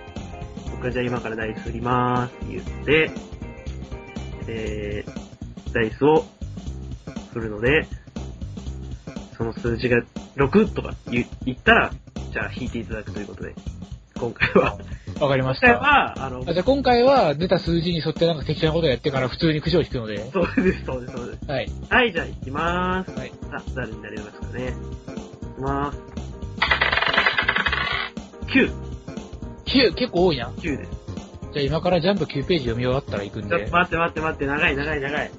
[SPEAKER 1] 僕はじゃあ今からダイス振りまーすって言って、えーダイスを振るので、その数字が6とか言言ったら、じゃあ引いていただくということで、今回は、
[SPEAKER 2] わかりま
[SPEAKER 1] 今
[SPEAKER 2] し
[SPEAKER 1] 回 (laughs)
[SPEAKER 2] た。
[SPEAKER 1] は、あの、
[SPEAKER 2] あじゃあ今回は出た数字に沿ってなんか適当なことをやってから普通にくじを引くので。
[SPEAKER 1] そうです、そうです、そうです。
[SPEAKER 2] はい。
[SPEAKER 1] はい、じゃあ行きまーす。
[SPEAKER 2] はい。
[SPEAKER 1] さあ、誰になりますかね。行きまーす。9、
[SPEAKER 2] 9、結構多いな。
[SPEAKER 1] 9です。
[SPEAKER 2] じゃあ今からジャンプ9ページ読み終わったら行くん
[SPEAKER 1] ちょっ
[SPEAKER 2] で
[SPEAKER 1] と。待って待って待って、長い長い長い。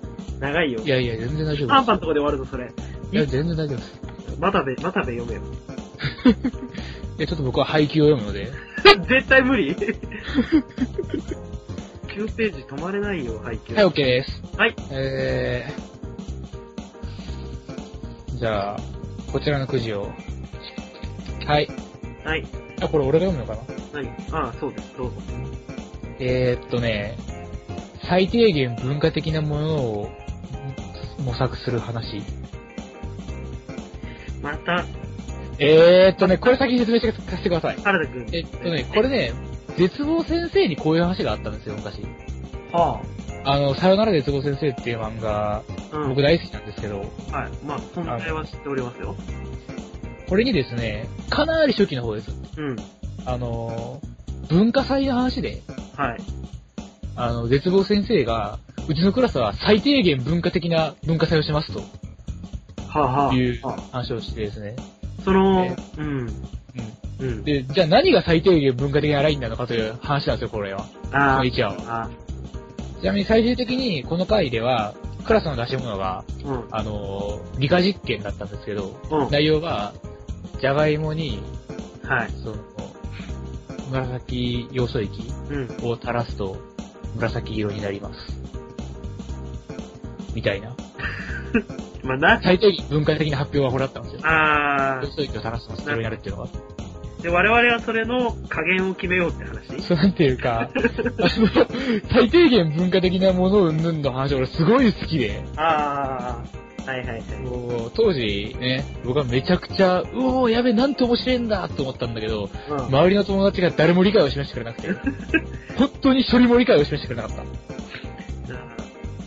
[SPEAKER 1] 長いよ
[SPEAKER 2] い。やいや、全然大丈
[SPEAKER 1] パンパ
[SPEAKER 2] 夫
[SPEAKER 1] ンとこで終わるぞ、それ。
[SPEAKER 2] です。いや、全然大丈夫です。
[SPEAKER 1] またべ、またべ読めよ。 (laughs)
[SPEAKER 2] いや、ちょっと僕は配給を読むので。
[SPEAKER 1] 絶対無
[SPEAKER 2] (laughs)
[SPEAKER 1] 理 !9 ページ止まれないよ、配給。
[SPEAKER 2] はい、OK です。
[SPEAKER 1] はい。
[SPEAKER 2] えー、じゃあ、こちらのくじを。はい。
[SPEAKER 1] はい。
[SPEAKER 2] あ、これ俺が読むのかな
[SPEAKER 1] 何ああ、そうです、どうぞ。
[SPEAKER 2] えー、っとね、最低限文化的なものを模索する話。
[SPEAKER 1] また、
[SPEAKER 2] えー、っとね、これ先に説明してさせてください。
[SPEAKER 1] 原田くん。
[SPEAKER 2] えっとね、これね、絶望先生にこういう話があったんですよ、昔。
[SPEAKER 1] は
[SPEAKER 2] あの、さよなら絶望先生っていう漫画、
[SPEAKER 1] あ、うん。
[SPEAKER 2] 僕大好きなんですけど、
[SPEAKER 1] はい。まあ、存在は知っておりますよ。
[SPEAKER 2] これにですね、かなり初期の方です。
[SPEAKER 1] うん。
[SPEAKER 2] あの、文化祭の話で、
[SPEAKER 1] はい。
[SPEAKER 2] あの、絶望先生が、うちのクラスは最低限文化的な文化祭をしますと
[SPEAKER 1] はあ、は
[SPEAKER 2] いう
[SPEAKER 1] あ、は
[SPEAKER 2] 話をしてですね。
[SPEAKER 1] あ。その、
[SPEAKER 2] え
[SPEAKER 1] うん。
[SPEAKER 2] う
[SPEAKER 1] うん
[SPEAKER 2] ん。。で、じゃあ何が最低限文化的なラインなのかという話なんですよ、これは。こ
[SPEAKER 1] あ
[SPEAKER 2] の一話は。
[SPEAKER 1] あ、あ
[SPEAKER 2] ちなみに最終的にこの回では、クラスの出し物が、
[SPEAKER 1] うん。うん。
[SPEAKER 2] あの、理科実験だったんですけど、
[SPEAKER 1] は
[SPEAKER 2] 内容が、じゃがいもに、
[SPEAKER 1] い。
[SPEAKER 2] その、紫要素液
[SPEAKER 1] うん。
[SPEAKER 2] を垂らすと紫色になります。みたいな。
[SPEAKER 1] まあ、な、
[SPEAKER 2] 最低限文化的な発表がこれだったんですよ。
[SPEAKER 1] ああ
[SPEAKER 2] 要、素液を垂らすと紫色になるっていうのが。
[SPEAKER 1] で、我々はそれの加減を決めようって話
[SPEAKER 2] そうなんていうか、あの最低限文化的なものをうんぬんの話、俺すごい好きで、
[SPEAKER 1] ああ、はいはいはい。
[SPEAKER 2] もう当時ね、僕はめちゃくちゃ、うおー、やべ、なんて面白いんだと思ったんだけど、
[SPEAKER 1] うん。
[SPEAKER 2] 周りの友達が誰も理解を示してくれなくて、本当に一人も理解を示してくれなかった。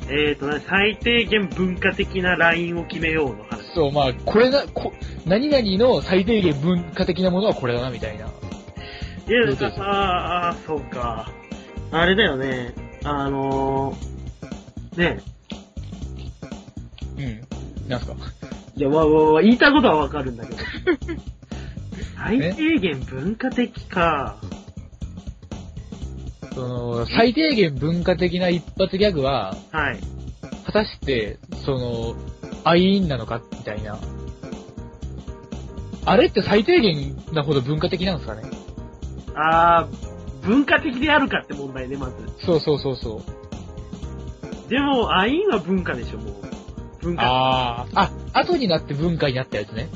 [SPEAKER 1] えーと、な最低限文化的なラインを決めようの話。
[SPEAKER 2] そう、まあ、これだ、こ、何々の最低限文化的なものはこれだな、みたいな。
[SPEAKER 1] いや
[SPEAKER 2] そうそうそう
[SPEAKER 1] あーあー、そうか。あれだよね。あのー、ね
[SPEAKER 2] うん。なんすか
[SPEAKER 1] いや、わわわ、言いたいことはわかるん
[SPEAKER 2] (laughs)
[SPEAKER 1] だけど。最低限文化的か。
[SPEAKER 2] その、最低限文化的な一発ギャグは、
[SPEAKER 1] はい。
[SPEAKER 2] 果たして、その、アイーンなのか、みたいな。あれって最低限なほど文化的なんですかね
[SPEAKER 1] あー、文化的であるかって問題ね、まず。
[SPEAKER 2] そうそうそうそう。
[SPEAKER 1] でも、アインは文化でしょ、もう。文化。
[SPEAKER 2] ああ。あ、後になって文化になったやつね。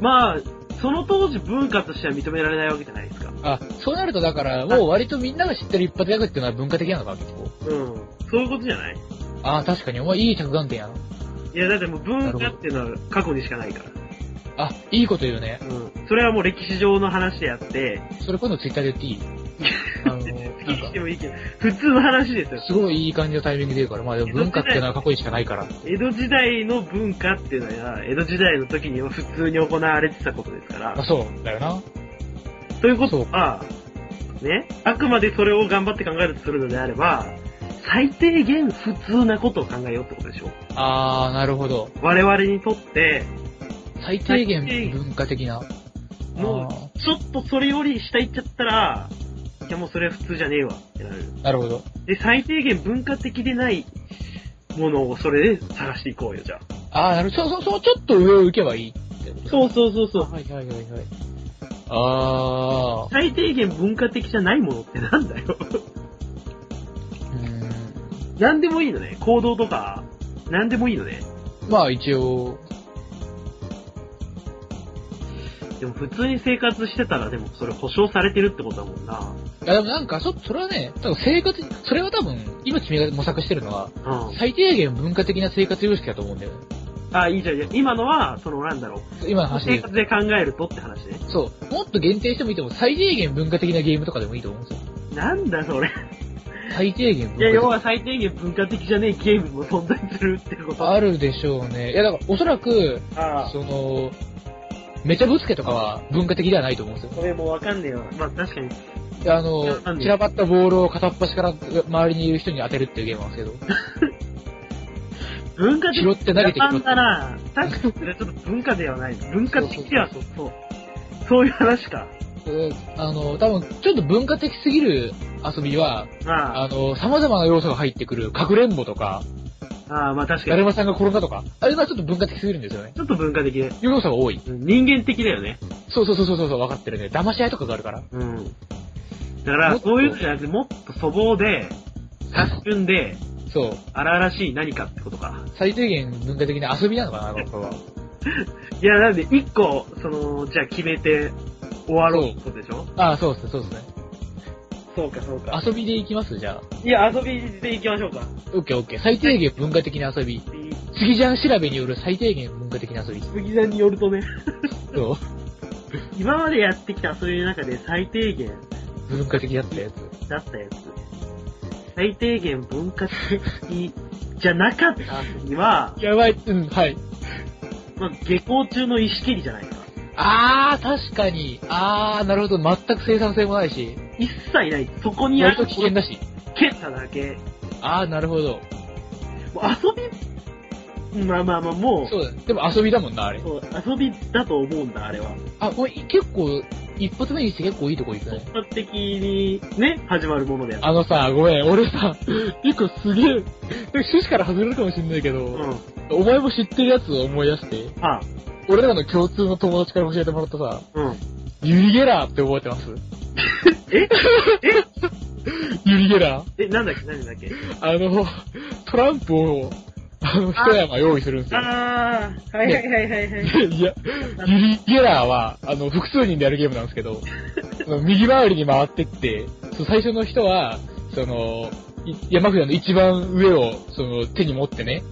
[SPEAKER 1] まあ、その当時文化としては認められないわけじゃないですか。
[SPEAKER 2] あ、そうなるとだから、もう割とみんなが知ってる一発ギャグっていうのは文化的なのか、結構。
[SPEAKER 1] うん。そういうことじゃない
[SPEAKER 2] ああ、確かに。お前いい着眼点やな。
[SPEAKER 1] いや、だってもう文化っていうのは過去にしかないから。
[SPEAKER 2] あ、いいこと言うね。
[SPEAKER 1] うん。それはもう歴史上の話であって、
[SPEAKER 2] それ今度ツイッターで言っていい (laughs) あの、なん
[SPEAKER 1] 聞い
[SPEAKER 2] か
[SPEAKER 1] て、もいいけど、普通の話ですよ。
[SPEAKER 2] すごいいい感じのタイミングで言うから、まあでも文化っていうのは過去にしかないから。
[SPEAKER 1] 江戸時代の文化っていうのは、江戸時代の時には普通に行われてたことですから
[SPEAKER 2] あ、。そうだよな。
[SPEAKER 1] ということは、ね、あくまでそれを頑張って考えるとするのであれば、最低限普通なことを考えようってことでしょ。
[SPEAKER 2] あー、なるほど。
[SPEAKER 1] 我々にとって、
[SPEAKER 2] 最低限文化的な。
[SPEAKER 1] もう、ちょっとそれより下行っちゃったら、いやもうそれは普通じゃねえわってなる。
[SPEAKER 2] なるほど。
[SPEAKER 1] で、最低限文化的でないものをそれで探していこうよ、じゃあ。
[SPEAKER 2] あー、なるほど。そうそうそう、ちょっと上を行けばいいってこと
[SPEAKER 1] そうそうそうそう。
[SPEAKER 2] はいはいはいはい。あ
[SPEAKER 1] 最低限文化的じゃないものってなんだよ。 (laughs)
[SPEAKER 2] ー、うー
[SPEAKER 1] 何でもいいのね。行動とか、何でもいいのね。
[SPEAKER 2] ん。まあ一応、
[SPEAKER 1] でも普通に生活してたら、でもそれ保証されてるってことだもんな。
[SPEAKER 2] いやでもなんか、そ、それはね、多分生活、それは多分、今君が模索してるのは、
[SPEAKER 1] うん。
[SPEAKER 2] 最低限文化的な生活様式だと思うんだよね。
[SPEAKER 1] あ、いいじゃんいいじゃん。今のは、その、なんだろう。
[SPEAKER 2] 今の話で
[SPEAKER 1] 生
[SPEAKER 2] 言うと
[SPEAKER 1] 活で考えるとって話ね。
[SPEAKER 2] そう。もっと限定してもいいと思う。最低限文化的なゲームとかでもいいと思うんですよ。
[SPEAKER 1] なんだそれ。
[SPEAKER 2] 最低限文
[SPEAKER 1] い
[SPEAKER 2] 化
[SPEAKER 1] や、
[SPEAKER 2] 的
[SPEAKER 1] 要は最低限文化的じゃねえゲームも存在するってこと。
[SPEAKER 2] あるでしょうね。いや、だから、おそらく、
[SPEAKER 1] ああ
[SPEAKER 2] その、めちゃぶつけとかは文化的ではないと思うんです
[SPEAKER 1] それもうわかんねえわ。まあ確かに。
[SPEAKER 2] よ。あ
[SPEAKER 1] なん
[SPEAKER 2] の、
[SPEAKER 1] で
[SPEAKER 2] 散らばったボールを片っ端から周りにいる人に当てるっていうゲームなんですけど、
[SPEAKER 1] 文化的
[SPEAKER 2] 拾って投げて
[SPEAKER 1] な
[SPEAKER 2] 拾
[SPEAKER 1] ん
[SPEAKER 2] って
[SPEAKER 1] だ。な。確かにそれちょっと文化ではない。文化的ではそうそう。そういう話か。
[SPEAKER 2] うんあの、多分、ちょっと文化的すぎる遊びは、
[SPEAKER 1] ああ、
[SPEAKER 2] あの、様々な要素が入ってくる、かくれんぼとか、
[SPEAKER 1] ああまあ確か
[SPEAKER 2] だる
[SPEAKER 1] に。
[SPEAKER 2] まさんが転んだとか、あれはちょっと文化的すぎるんですよね。
[SPEAKER 1] ちょっと文化的で。
[SPEAKER 2] 要素が多い。
[SPEAKER 1] うん人間的だよね。
[SPEAKER 2] そうそうそうそうそう、分かってるね。騙し合いとかがあるから。
[SPEAKER 1] うん。だか
[SPEAKER 2] も
[SPEAKER 1] ら、
[SPEAKER 2] っと
[SPEAKER 1] そういうのじゃなくて、もっと粗暴で、単純で、
[SPEAKER 2] そう。
[SPEAKER 1] 荒々しい何かってことか。
[SPEAKER 2] 最低限文化的な遊びなのかな、あの頃は。
[SPEAKER 1] いや、なんで、一個、その、じゃあ決めて、終わろうってことでしょ
[SPEAKER 2] ああ、そうですね、そうですね。
[SPEAKER 1] そうか、そうか。
[SPEAKER 2] 遊びでいきますじゃあ。
[SPEAKER 1] いや、遊びで行きましょうか。
[SPEAKER 2] オッケーオッケー。最低限文化的な遊び。杉ジャン調べによる最低限文化的な遊び。
[SPEAKER 1] 杉田によるとね、
[SPEAKER 2] そう。
[SPEAKER 1] 今までやってきた遊びの中で最低限
[SPEAKER 2] 文化的だったやつ。
[SPEAKER 1] だったやつ、最低限文化的じゃなかった遊びは、
[SPEAKER 2] やばい、うん、はい。
[SPEAKER 1] まあ、下校中の石切りじゃないかな。
[SPEAKER 2] あー、確かに。あー、なるほど。全く生産性もないし、
[SPEAKER 1] 一切ない。そこにあ
[SPEAKER 2] 割
[SPEAKER 1] る
[SPEAKER 2] と危険だし。
[SPEAKER 1] 蹴っただけ。
[SPEAKER 2] あー、なるほど。
[SPEAKER 1] もう遊び、まあまあまあ、もう、
[SPEAKER 2] そうだね。でも遊びだもんな、あれ。
[SPEAKER 1] そう遊びだと思うんだ、あれは。
[SPEAKER 2] あ、これ結構、一発目にして結構いいとこ行くね。
[SPEAKER 1] 一般的にね、始まるものである。
[SPEAKER 2] あのさ、ごめん、俺さ、 (laughs) 結構すげえ、なんか趣旨から外れるかもしんないけど、
[SPEAKER 1] うん。
[SPEAKER 2] お前も知ってるやつを思い出して、
[SPEAKER 1] あ、
[SPEAKER 2] 俺らの共通の友達から教えてもらったさ、
[SPEAKER 1] うん。
[SPEAKER 2] ユリゲラーって覚えてます
[SPEAKER 1] え (laughs)
[SPEAKER 2] ユリゲラー。
[SPEAKER 1] え、なんだっけ、なんだっけ。
[SPEAKER 2] あの、トランプを、あの、一山用意するんですよ。
[SPEAKER 1] あー、はいはいはいはいはい。
[SPEAKER 2] でいや、ユリゲラーは、あの、複数人でやるゲームなんですけど、あの右回りに回ってって、そう最初の人は、その、い山札の一番上を、その、手に持ってね、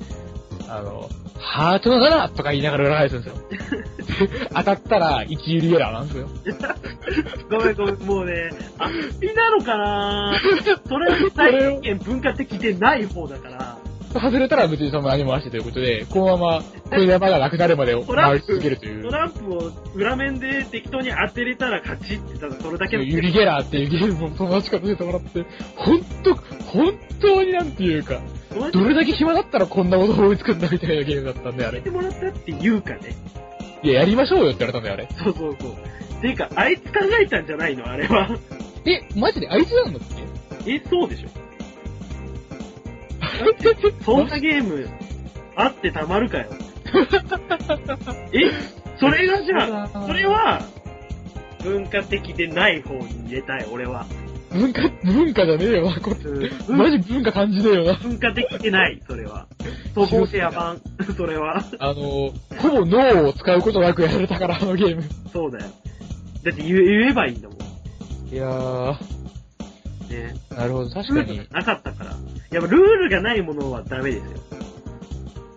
[SPEAKER 2] あの、ハートがなとか言いながら裏返すんですよ。当たったら、一ユリエラーなんですよ。
[SPEAKER 1] ごめんごめん、もうね、アッピなのかなそれは体験文化的でない方だから、
[SPEAKER 2] 外れたら別にそのまま何も回してということで、このまま、これ山がなくなるまで
[SPEAKER 1] トラ
[SPEAKER 2] 回
[SPEAKER 1] ン
[SPEAKER 2] し続け
[SPEAKER 1] プ
[SPEAKER 2] るとい
[SPEAKER 1] ト
[SPEAKER 2] う、
[SPEAKER 1] ランプを裏面で適当に当てれたら勝ちって、ただそれだけの
[SPEAKER 2] ユリゲラーっていうゲームを友達から教えてもらって、本当本当になんていうか、
[SPEAKER 1] 友達
[SPEAKER 2] ど
[SPEAKER 1] に
[SPEAKER 2] れだけ暇だったらこんなこと思いつくんだみたいなゲームだったんで、あ
[SPEAKER 1] や
[SPEAKER 2] れ
[SPEAKER 1] っ。てもらったって言うかね。
[SPEAKER 2] いや、やりましょうよって言われたんだよ、あれ。
[SPEAKER 1] そうそうそう。ていうか、あいつ考えたんじゃないのあれは。 (laughs)
[SPEAKER 2] え、マジであいつなんだっけ
[SPEAKER 1] え、そうでしょそんなゲーム、あってたまるか (laughs) よ。えそれがじゃあ、それは、文化的でない方に入れたい、俺は。
[SPEAKER 2] 文化、文化じゃねえよ、こ
[SPEAKER 1] うん
[SPEAKER 2] マジ文化感じねえよな。
[SPEAKER 1] 文化的でない、それは。そこシェア (laughs) 版、それは。
[SPEAKER 2] あの、ほぼ脳を使うことなくやられたから、あのゲーム。
[SPEAKER 1] そうだよ。だって言え言えばいいんだもん。
[SPEAKER 2] いやー、
[SPEAKER 1] ね。
[SPEAKER 2] なるほど、
[SPEAKER 1] ル
[SPEAKER 2] 確か
[SPEAKER 1] ール
[SPEAKER 2] に。
[SPEAKER 1] がなかったから。やっぱルールがないものはダメですよ。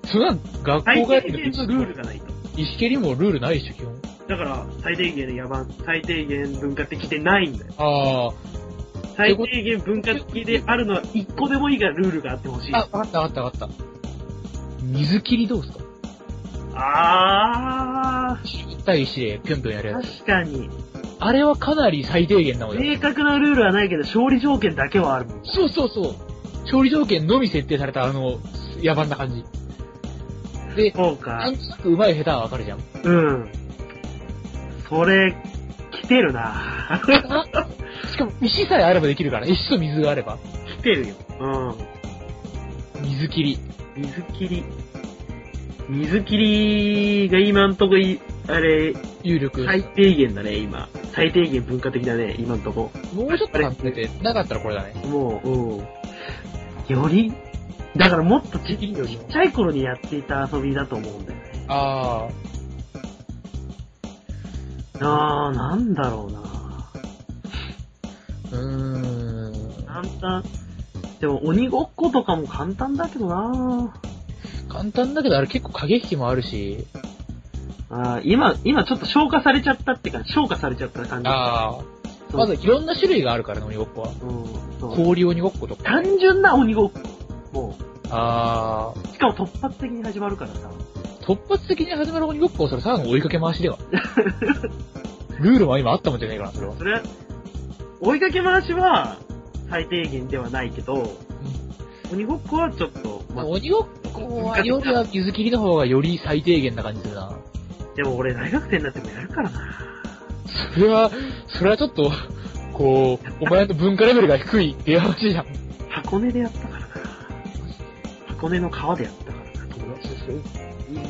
[SPEAKER 2] そんな、学
[SPEAKER 1] 最
[SPEAKER 2] 校
[SPEAKER 1] 低
[SPEAKER 2] 帰り
[SPEAKER 1] 限のルールがないと。
[SPEAKER 2] 石蹴りもルールないでしょ、基本。
[SPEAKER 1] だから、最低限の野蛮、最低限文化的でないんだよ。
[SPEAKER 2] あ
[SPEAKER 1] 最低限文化的であるのは一個でもいいからルールがあってほしい。
[SPEAKER 2] あ、わかったわかったわかった。水切りどうすか
[SPEAKER 1] あ
[SPEAKER 2] ?1 対1でぴょんぴょんやる
[SPEAKER 1] ー、
[SPEAKER 2] やつ。
[SPEAKER 1] 確かに。
[SPEAKER 2] あれはかなり最低限なのよ。
[SPEAKER 1] 明確なルールはないけど、勝利条件だけはあるもん。
[SPEAKER 2] そうそうそう。勝利条件のみ設定されたあの、野蛮な感じ。で、
[SPEAKER 1] そう
[SPEAKER 2] な
[SPEAKER 1] か
[SPEAKER 2] ん。となく上手い下手はわかるじゃん。
[SPEAKER 1] うん。それ、来てるな
[SPEAKER 2] しかも石さえあればできるから、石と水があれば。
[SPEAKER 1] 来てるよ。うん。
[SPEAKER 2] 水切り。
[SPEAKER 1] 水切り。水切りが今んとこい、あれ、
[SPEAKER 2] 有力。
[SPEAKER 1] 最低限だね、今。最低限文化的だね、今んとこ。
[SPEAKER 2] もうちょっと考えて、なかったらこれだね。
[SPEAKER 1] もう、うん。より、だからもっとちちっちゃい頃にやっていた遊びだと思うんだよね。
[SPEAKER 2] あ
[SPEAKER 1] あー、なんだろうな
[SPEAKER 2] ー。うーん。
[SPEAKER 1] 簡単。でも鬼ごっことかも簡単だけどな
[SPEAKER 2] 簡単だけど、あれ結構過激もあるし。
[SPEAKER 1] あー今、今ちょっと消化されちゃったって感じ。消化されちゃった感じ。
[SPEAKER 2] あー。
[SPEAKER 1] そう
[SPEAKER 2] まずいろんな種類があるからね、鬼ごっこは。
[SPEAKER 1] うん、そう。
[SPEAKER 2] 氷鬼ごっことか。
[SPEAKER 1] 単純な鬼ごっこ。も
[SPEAKER 2] あー。
[SPEAKER 1] う、しかも突発的に始まるからさ。
[SPEAKER 2] 突発的に始まる鬼ごっこはそれただの追いかけ回しでは。ルールは今あったもんじゃねえから、それは。
[SPEAKER 1] それは、追いかけ回しは最低限ではないけど、鬼ごっこはちょっと、まあ
[SPEAKER 2] 鬼ごっこはよりは水切りの方がより最低限な感じするな。
[SPEAKER 1] でも俺大学生になってもやるからな。
[SPEAKER 2] それは、それはちょっと、こう、お前の文化レベルが低いっていう話じゃん。
[SPEAKER 1] 箱根でやったからな。箱根の川でやったからな、友達。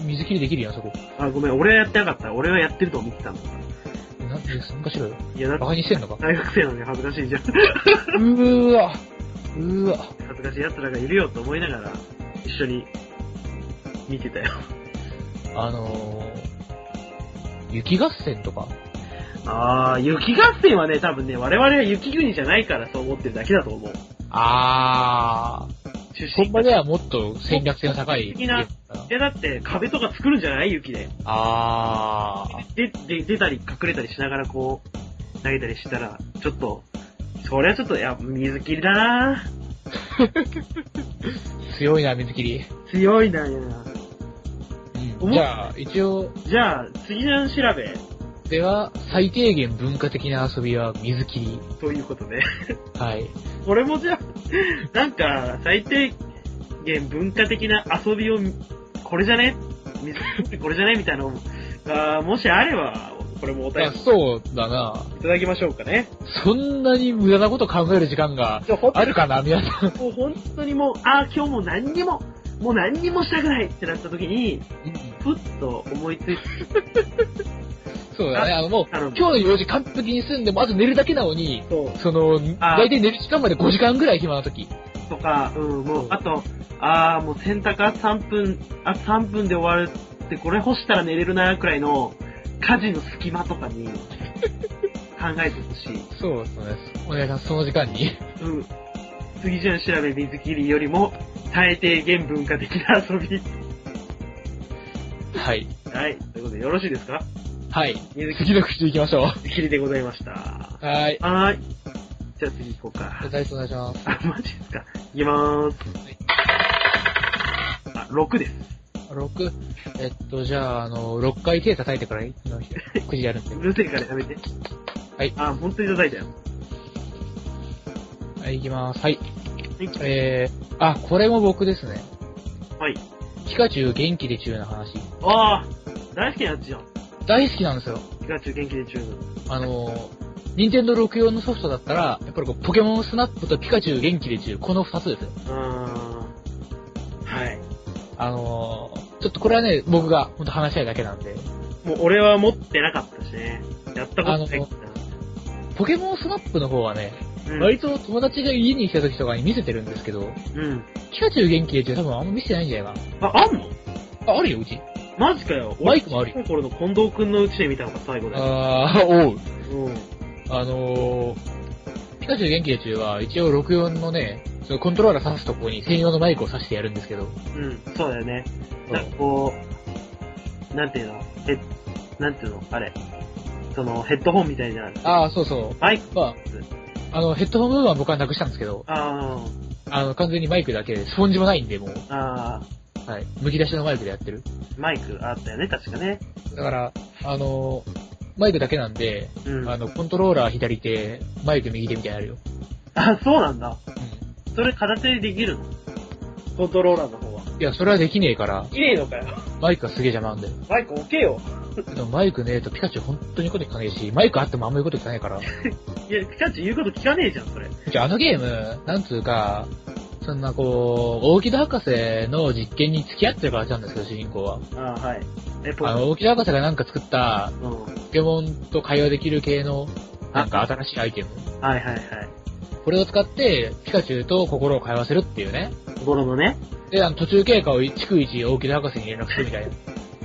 [SPEAKER 2] 水切りできるやん、そこ。
[SPEAKER 1] あ、ごめん、俺はやってなかった。俺はやってると思ってたんだから。
[SPEAKER 2] なんで参加しろよ。
[SPEAKER 1] いや、だって
[SPEAKER 2] バカにしてんのか。
[SPEAKER 1] 大学生なのに恥ずかしいじゃん。 (laughs)
[SPEAKER 2] うーわ。うーわ。
[SPEAKER 1] 恥ずかしい奴らがいるよと思いながら、一緒に見てたよ。
[SPEAKER 2] あのー、雪合戦とか。
[SPEAKER 1] あー、雪合戦はね、多分ね、我々は雪国じゃないからそう思ってるだけだと思う。
[SPEAKER 2] あー。
[SPEAKER 1] 出身
[SPEAKER 2] 本場ではもっと戦略性の高い。
[SPEAKER 1] 的なで、だって壁とか作るんじゃない雪で。
[SPEAKER 2] あー。
[SPEAKER 1] で、で、出たり隠れたりしながらこう、投げたりしたら、ちょっと、そりゃちょっと、いや、水切りだな
[SPEAKER 2] 強いな、水切り。
[SPEAKER 1] 強いなぁ。
[SPEAKER 2] うん、じゃあ、一応、
[SPEAKER 1] じゃあ、次の調べ、
[SPEAKER 2] では、最低限文化的な遊びは水切り。
[SPEAKER 1] ということで。
[SPEAKER 2] はい。
[SPEAKER 1] これもじゃあ、なんか、最低限文化的な遊びを、これじゃね水切りこれじゃねみたいなのが、もしあれば、これもお
[SPEAKER 2] ま
[SPEAKER 1] 便
[SPEAKER 2] あ
[SPEAKER 1] り
[SPEAKER 2] そうだな。
[SPEAKER 1] いただきましょうかね。
[SPEAKER 2] そんなに無駄なこと考える時間が
[SPEAKER 1] じゃあ、ほん
[SPEAKER 2] あるかな、皆さん。
[SPEAKER 1] もう本当にもう、ああ、今日もう何にも、もう何にもしたくないってなった時に、ふっと思いつい
[SPEAKER 2] そうだね。あの、もう、
[SPEAKER 1] たので、
[SPEAKER 2] 今日の用事完璧に済んでも、あと寝るだけなのに、
[SPEAKER 1] そう
[SPEAKER 2] その、
[SPEAKER 1] あー
[SPEAKER 2] 大体寝る時間まで5時間ぐらい暇な時。
[SPEAKER 1] とか、うん、もう、あと、あー、もう洗濯あと3分、あと3分で終わるって、これ干したら寝れるな、くらいの、家事の隙間とか (laughs) に、考えてほしい。
[SPEAKER 2] そうですね。お願いします、その時間 (laughs) に。
[SPEAKER 1] うん。次じゃん調べ水切りよりも、最低限文化的な遊び。
[SPEAKER 2] はい。
[SPEAKER 1] はい。ということで、よろしいですか
[SPEAKER 2] はい。
[SPEAKER 1] 水木
[SPEAKER 2] 次の口行きましょ
[SPEAKER 1] 切りでございました。
[SPEAKER 2] う。はい。
[SPEAKER 1] はーい。じゃあ次行こうか。
[SPEAKER 2] 大丈夫お願いします。
[SPEAKER 1] あ、マジですか。いきまーす。あ、6です。
[SPEAKER 2] 6、えっと、じゃあ、あの、6回手叩いてから、あのくじやるんで (laughs)
[SPEAKER 1] う。るせえからやめて。
[SPEAKER 2] はい
[SPEAKER 1] あ、本当に叩いたよ。
[SPEAKER 2] はい、いきます。はい。
[SPEAKER 1] はい。
[SPEAKER 2] えー、あ、これも僕ですね。
[SPEAKER 1] はい。
[SPEAKER 2] ピカチュウ元気で中の話。
[SPEAKER 1] あー、大好きなやつじゃん。
[SPEAKER 2] 大好きなんですよ。
[SPEAKER 1] ピカチュウ元気で中の。
[SPEAKER 2] あの、任天堂64のソフトだったら、やっぱりこう、ポケモンスナップとピカチュウ元気で中、この2つですよ。
[SPEAKER 1] あー。はい。
[SPEAKER 2] あのー、ちょっとこれはね、僕が本当話したいだけなんで、
[SPEAKER 1] もう俺は持ってなかったしね。やったことないから。
[SPEAKER 2] ポケモンスナップの方はね、
[SPEAKER 1] うん
[SPEAKER 2] 割と友達が家に来た時とかに見せてるんですけど、
[SPEAKER 1] うん。
[SPEAKER 2] ピカチュウ元気で中多分あんま見せてないんじゃないか
[SPEAKER 1] あ、あんの
[SPEAKER 2] な。あ、あるよ、うち。
[SPEAKER 1] マジかよ。
[SPEAKER 2] マイクもあるよ
[SPEAKER 1] 俺小さい頃の近藤くんのうちで見たのが最後だよ。
[SPEAKER 2] あー、おう。
[SPEAKER 1] うん。
[SPEAKER 2] あのー、ピカチュウ元気で中は一応64のね、そのコントローラー挿すとこに専用のマイクを挿してやるんですけど、
[SPEAKER 1] うん、そうだよね。なんかこう、なんていうのヘッ、なんていうのあれ。その、ヘッドホンみたいじゃない
[SPEAKER 2] ああ、そうそ
[SPEAKER 1] マイク
[SPEAKER 2] う。まあ、あの、ヘッドホン部分は僕はなくしたんですけど、
[SPEAKER 1] あ
[SPEAKER 2] あの、完全にマイクだけで、スポンジもないんで、もう、
[SPEAKER 1] ー、あ
[SPEAKER 2] はい、むき出しのマイクでやってる。
[SPEAKER 1] ー、マイクあったよね、確かね。
[SPEAKER 2] だから、あの、マイクだけなんで、
[SPEAKER 1] うん。
[SPEAKER 2] あの、コントローラー左手、マイク右手みたいなのあるよ。
[SPEAKER 1] あ、そうなんだ。それ片手でできるのコントローラーの方は。
[SPEAKER 2] いや、それはできねえから、
[SPEAKER 1] 綺麗のかよ。
[SPEAKER 2] マイクはすげえ邪魔なんだよ。
[SPEAKER 1] マイク置けよ。
[SPEAKER 2] でもマイクねえとピカチュウ本当に言うこと聞かねえし、マイクあってもあんま言うこと聞かないから。
[SPEAKER 1] いや、ピカチュウ言うこと聞かねえじゃん、それ。
[SPEAKER 2] じゃあ、あのゲーム、なんつうか、そんなこう、大木戸博士の実験に付き合ってるからなんですけど、主人公は。
[SPEAKER 1] あー、はい。え、ポ
[SPEAKER 2] あの、大木戸博士がなんか作った、
[SPEAKER 1] うん。はい
[SPEAKER 2] ポケモンと会話できる系の、なんか新しいアイテム。
[SPEAKER 1] はいはい。
[SPEAKER 2] これを使って、ピカチュウと心を通わせるっていうね。
[SPEAKER 1] ゴロのね。
[SPEAKER 2] で、あの、途中経過を逐一大木田博士に連絡するみたい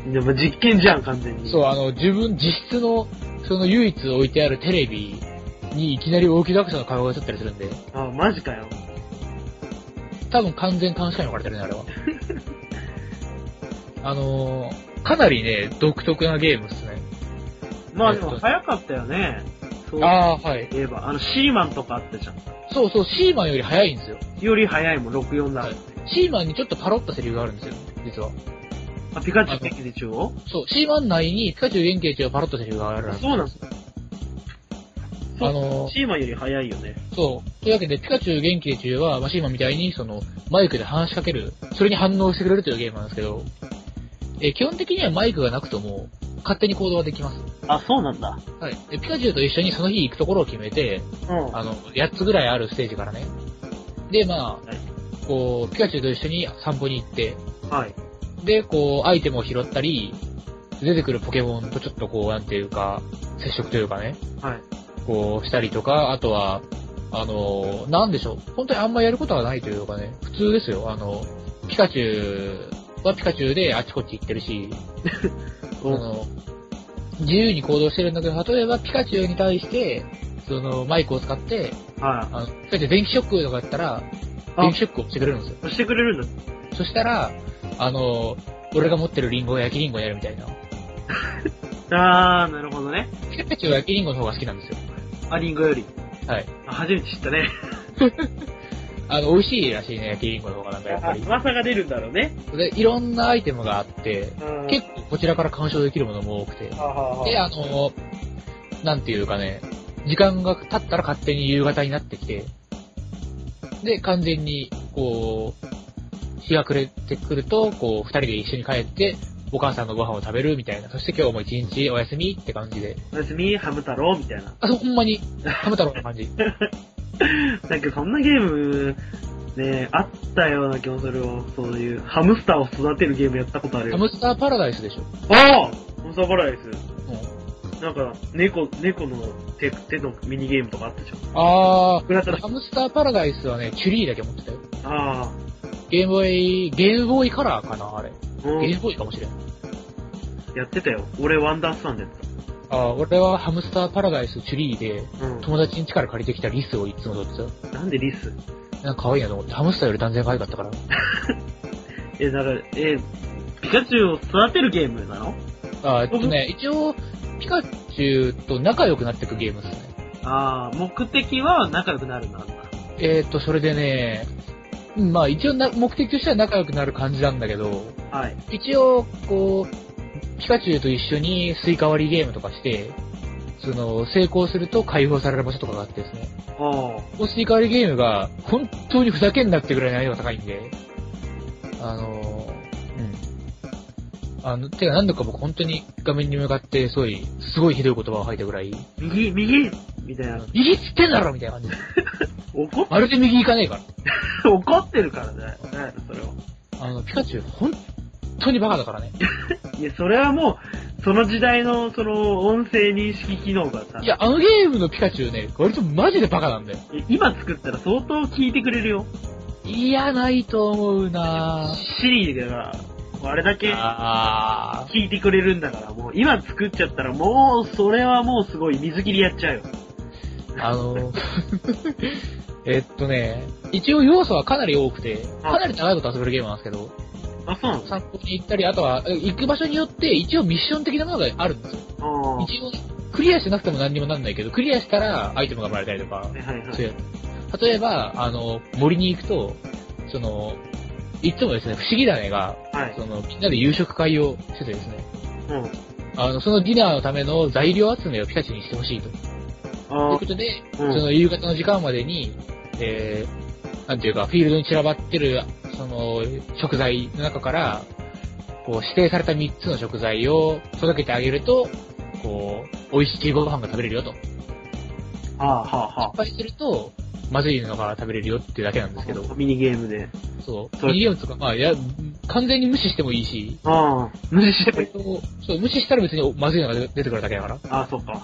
[SPEAKER 2] な。
[SPEAKER 1] でも実験じゃん、完全に。
[SPEAKER 2] そう、あの、自分、実質の、その唯一置いてあるテレビにいきなり大木田博士の顔が映ったりするんで、
[SPEAKER 1] あ、マジかよ。
[SPEAKER 2] 多分完全監視下に置かれてるね、あ (laughs) れは。あのー、かなりね、独特なゲームっすね。
[SPEAKER 1] まあでも早かったよね。そう
[SPEAKER 2] ああ、はい。
[SPEAKER 1] 言えば、あの、シーマンとかあったじゃん。
[SPEAKER 2] そうそう、シーマンより早いんですよ。
[SPEAKER 1] より早いもん、64だ。
[SPEAKER 2] はいシーマンにちょっとパロったセリフがあるんですよ、実は。
[SPEAKER 1] あ、ピカチュウ元気で中央
[SPEAKER 2] そう、シーマン内にピカチュウ元気中がパロったセリフがある
[SPEAKER 1] そうなんです
[SPEAKER 2] あのー
[SPEAKER 1] シーマンより早いよね。
[SPEAKER 2] そう。というわけで、ピカチュウ元気で中は、まあ、シーマンみたいに、その、マイクで話しかける、それに反応してくれるというゲームなんですけど、えー基本的にはマイクがなくとも、勝手に行動ができます。
[SPEAKER 1] あ、そうなんだ。
[SPEAKER 2] はい。で、ピカチュウと一緒にその日行くところを決めて、
[SPEAKER 1] うん。
[SPEAKER 2] あの、8つぐらいあるステージからね。で、ま
[SPEAKER 1] はい
[SPEAKER 2] あ、こう、ピカチュウと一緒に散歩に行って、
[SPEAKER 1] はい。
[SPEAKER 2] で、こう、アイテムを拾ったり、出てくるポケモンとちょっとこう、なんていうか、接触というかね、
[SPEAKER 1] はい。
[SPEAKER 2] こうしたりとか、あとは、あの、なんでしょう。本当にあんまやることはないというかね、普通ですよ。あの、ピカチュウはピカチュウであちこち行ってるし、あ
[SPEAKER 1] うん。
[SPEAKER 2] の、自由に行動してるんだけど、例えばピカチュウに対して、その、マイクを使って、
[SPEAKER 1] は
[SPEAKER 2] あの、ピカチュウ電気ショックとかやったら、
[SPEAKER 1] あ
[SPEAKER 2] 電気ショックをしてくれるんですよ。
[SPEAKER 1] い。してくれるんだ。
[SPEAKER 2] そしたら、あの、俺が持ってるリンゴを焼きリンゴになるみたいな。
[SPEAKER 1] あー、なるほどね。
[SPEAKER 2] ピカチュウは焼きリンゴの方が好きなんですよ。
[SPEAKER 1] あ、リンゴより。
[SPEAKER 2] はい。
[SPEAKER 1] あ初めて知ったね。
[SPEAKER 2] あの、美味しいらしいね、焼きリンゴの方がなんかやっぱり。
[SPEAKER 1] 噂が出るんだろうね。
[SPEAKER 2] で、いろんなアイテムがあって、
[SPEAKER 1] うん
[SPEAKER 2] 結構こちらから鑑賞できるものも多くて。
[SPEAKER 1] はあはあはあ
[SPEAKER 2] で、あの、なんていうかね、時間が経ったら勝手に夕方になってきて、で、完全に、こう、日が暮れてくると、こう、二人で一緒に帰って、お母さんのご飯を食べるみたいな。そして今日も一日お休みって感じで。
[SPEAKER 1] おやすみ、ハム太郎みたいな。
[SPEAKER 2] あ、そう、ほんまに、ハム太郎の感じ。
[SPEAKER 1] なんかそんなゲーム、ねあったような気もするよ。そういう、ハムスターを育てるゲームやったことある
[SPEAKER 2] ハ
[SPEAKER 1] よ。
[SPEAKER 2] ムスターパラダイスでしょ。
[SPEAKER 1] ああハムスターパラダイス。
[SPEAKER 2] うん
[SPEAKER 1] なんか、猫、猫の手、手のミニゲームとかあったじゃん。
[SPEAKER 2] あ
[SPEAKER 1] グラタラ
[SPEAKER 2] ー、ハムスターパラダイスはね、チュリーだけ持ってたよ。
[SPEAKER 1] ああ。
[SPEAKER 2] ゲームボーイ、ゲームボーイカラーかな、あれ。
[SPEAKER 1] う
[SPEAKER 2] ゲー
[SPEAKER 1] ん
[SPEAKER 2] ムボーイかもしれん。
[SPEAKER 1] やってたよ。俺、ワンダースタンでやって
[SPEAKER 2] あー俺はハムスターパラダイスチュリーで、
[SPEAKER 1] た。うん。
[SPEAKER 2] 友達ん家から借りてきたリスをいつも取って
[SPEAKER 1] なんでリス
[SPEAKER 2] た。なんか可愛いなと思って、ハムスターより断然可愛かったから。
[SPEAKER 1] え、だから、え、ピピカチュウを育てるゲームなの
[SPEAKER 2] あーえっとね、一応、ピカチュウと仲良くなっていくゲームですね。
[SPEAKER 1] ああ、目的は仲良くなるなんだ。
[SPEAKER 2] えーっと、それでね、うんまあ一応な目的としては仲良くなる感じなんだけど、
[SPEAKER 1] はい。
[SPEAKER 2] 一応、こう、ピカチュウと一緒にスイカ割りゲームとかして、その、成功すると解放される場所とかがあってですね。
[SPEAKER 1] おー
[SPEAKER 2] このスイカ割りゲームが、本当にふざけんなってぐらい難易度が高いんで、あのうん。あの、てか何度か僕本当に画面に向かって、すごい、すごいひどい言葉を吐いたぐらい、
[SPEAKER 1] 右、右みたいな。
[SPEAKER 2] 右っつってんだろみたいな感じで。
[SPEAKER 1] 怒っ (laughs)
[SPEAKER 2] まるで右行かねえから。
[SPEAKER 1] て、怒ってるからだよ。なんやろそれは。
[SPEAKER 2] あの、ピカチュウ、本当にバカだからね。
[SPEAKER 1] いや、それはもう、その時代の、その、音声認識機能がさ、
[SPEAKER 2] いや、あのゲームのピカチュウね、割とマジでバカなんだよ。
[SPEAKER 1] 今作ったら相当聞いてくれるよ。
[SPEAKER 2] いや、ないと思うなぁ。
[SPEAKER 1] シリーが、あれだけ
[SPEAKER 2] あ
[SPEAKER 1] 聞いてくれるんだから、もう、今作っちゃったら、もう、それはもうすごい、水切りやっちゃうよ。
[SPEAKER 2] ーあの、えっとね、一応要素はかなり多くて、かなり長いこと遊べるゲームなんですけど、
[SPEAKER 1] あ、そうなの
[SPEAKER 2] 散歩に行ったり、あとは、え行く場所によって一応ミッション的なものがあるんですよ。
[SPEAKER 1] あ
[SPEAKER 2] 一応、クリアしなくても何にもなんないけど、クリアしたらアイテムがもらえたりとか
[SPEAKER 1] あ。、はいはいは
[SPEAKER 2] そうい
[SPEAKER 1] い。
[SPEAKER 2] うやつ例えば、あの、森に行くと、その、いつもですね、不思議種が、
[SPEAKER 1] はい。
[SPEAKER 2] その、みんなで夕食会をしててですね、
[SPEAKER 1] うん。
[SPEAKER 2] あの、そのディナーのための材料集めをピカチュウにしてほしいと。とい
[SPEAKER 1] あ
[SPEAKER 2] うことで、
[SPEAKER 1] あ、うん。
[SPEAKER 2] その夕方の時間までに、えー、なんていうか、フィールドに散らばってる、その、食材の中から、こう、指定された3つの食材を届けてあげると、こう、美味しいご飯が食べれるよと。失
[SPEAKER 1] はあはあはあ。
[SPEAKER 2] 敗すると、まずいのが食べれるよっていうだけなんですけど、
[SPEAKER 1] ミニゲームで。
[SPEAKER 2] そう。
[SPEAKER 1] そう
[SPEAKER 2] ミニゲームとか、まあ、いや、完全に無視してもいいし、
[SPEAKER 1] ああ、無理してもいい。
[SPEAKER 2] そう、無視したら別にまずいのが出てくるだけだから。
[SPEAKER 1] ああ、そっか。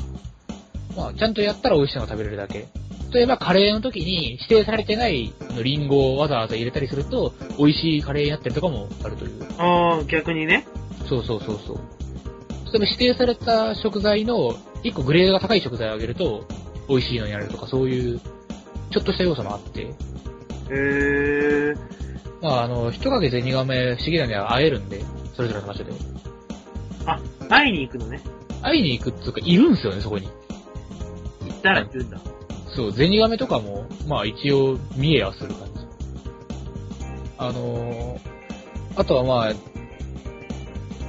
[SPEAKER 2] まあ、ちゃんとやったら美味しいのが食べれるだけ。例えば、カレーの時に指定されてないあのリンゴをわざわざ入れたりすると、美味しいカレーになってるとかもあるという。
[SPEAKER 1] ああ、逆にね。
[SPEAKER 2] そうそうそうそう。例えば、指定された食材の一個グレードが高い食材をあげると、美味しいのになれるとか、そういう、ちょっとした要素もあって。
[SPEAKER 1] へえ。
[SPEAKER 2] まあ、あの、一か月で二画目、不思議なには会えるんで、それぞれの場所で。
[SPEAKER 1] あ、会いに行くのね。
[SPEAKER 2] 会いに行くっつうか、いるんですよね、そこに。
[SPEAKER 1] 行ったら行くんだ。
[SPEAKER 2] そう、ゼニガメとかも、まあ一応見えはする感じ。あのー、あとはまあ、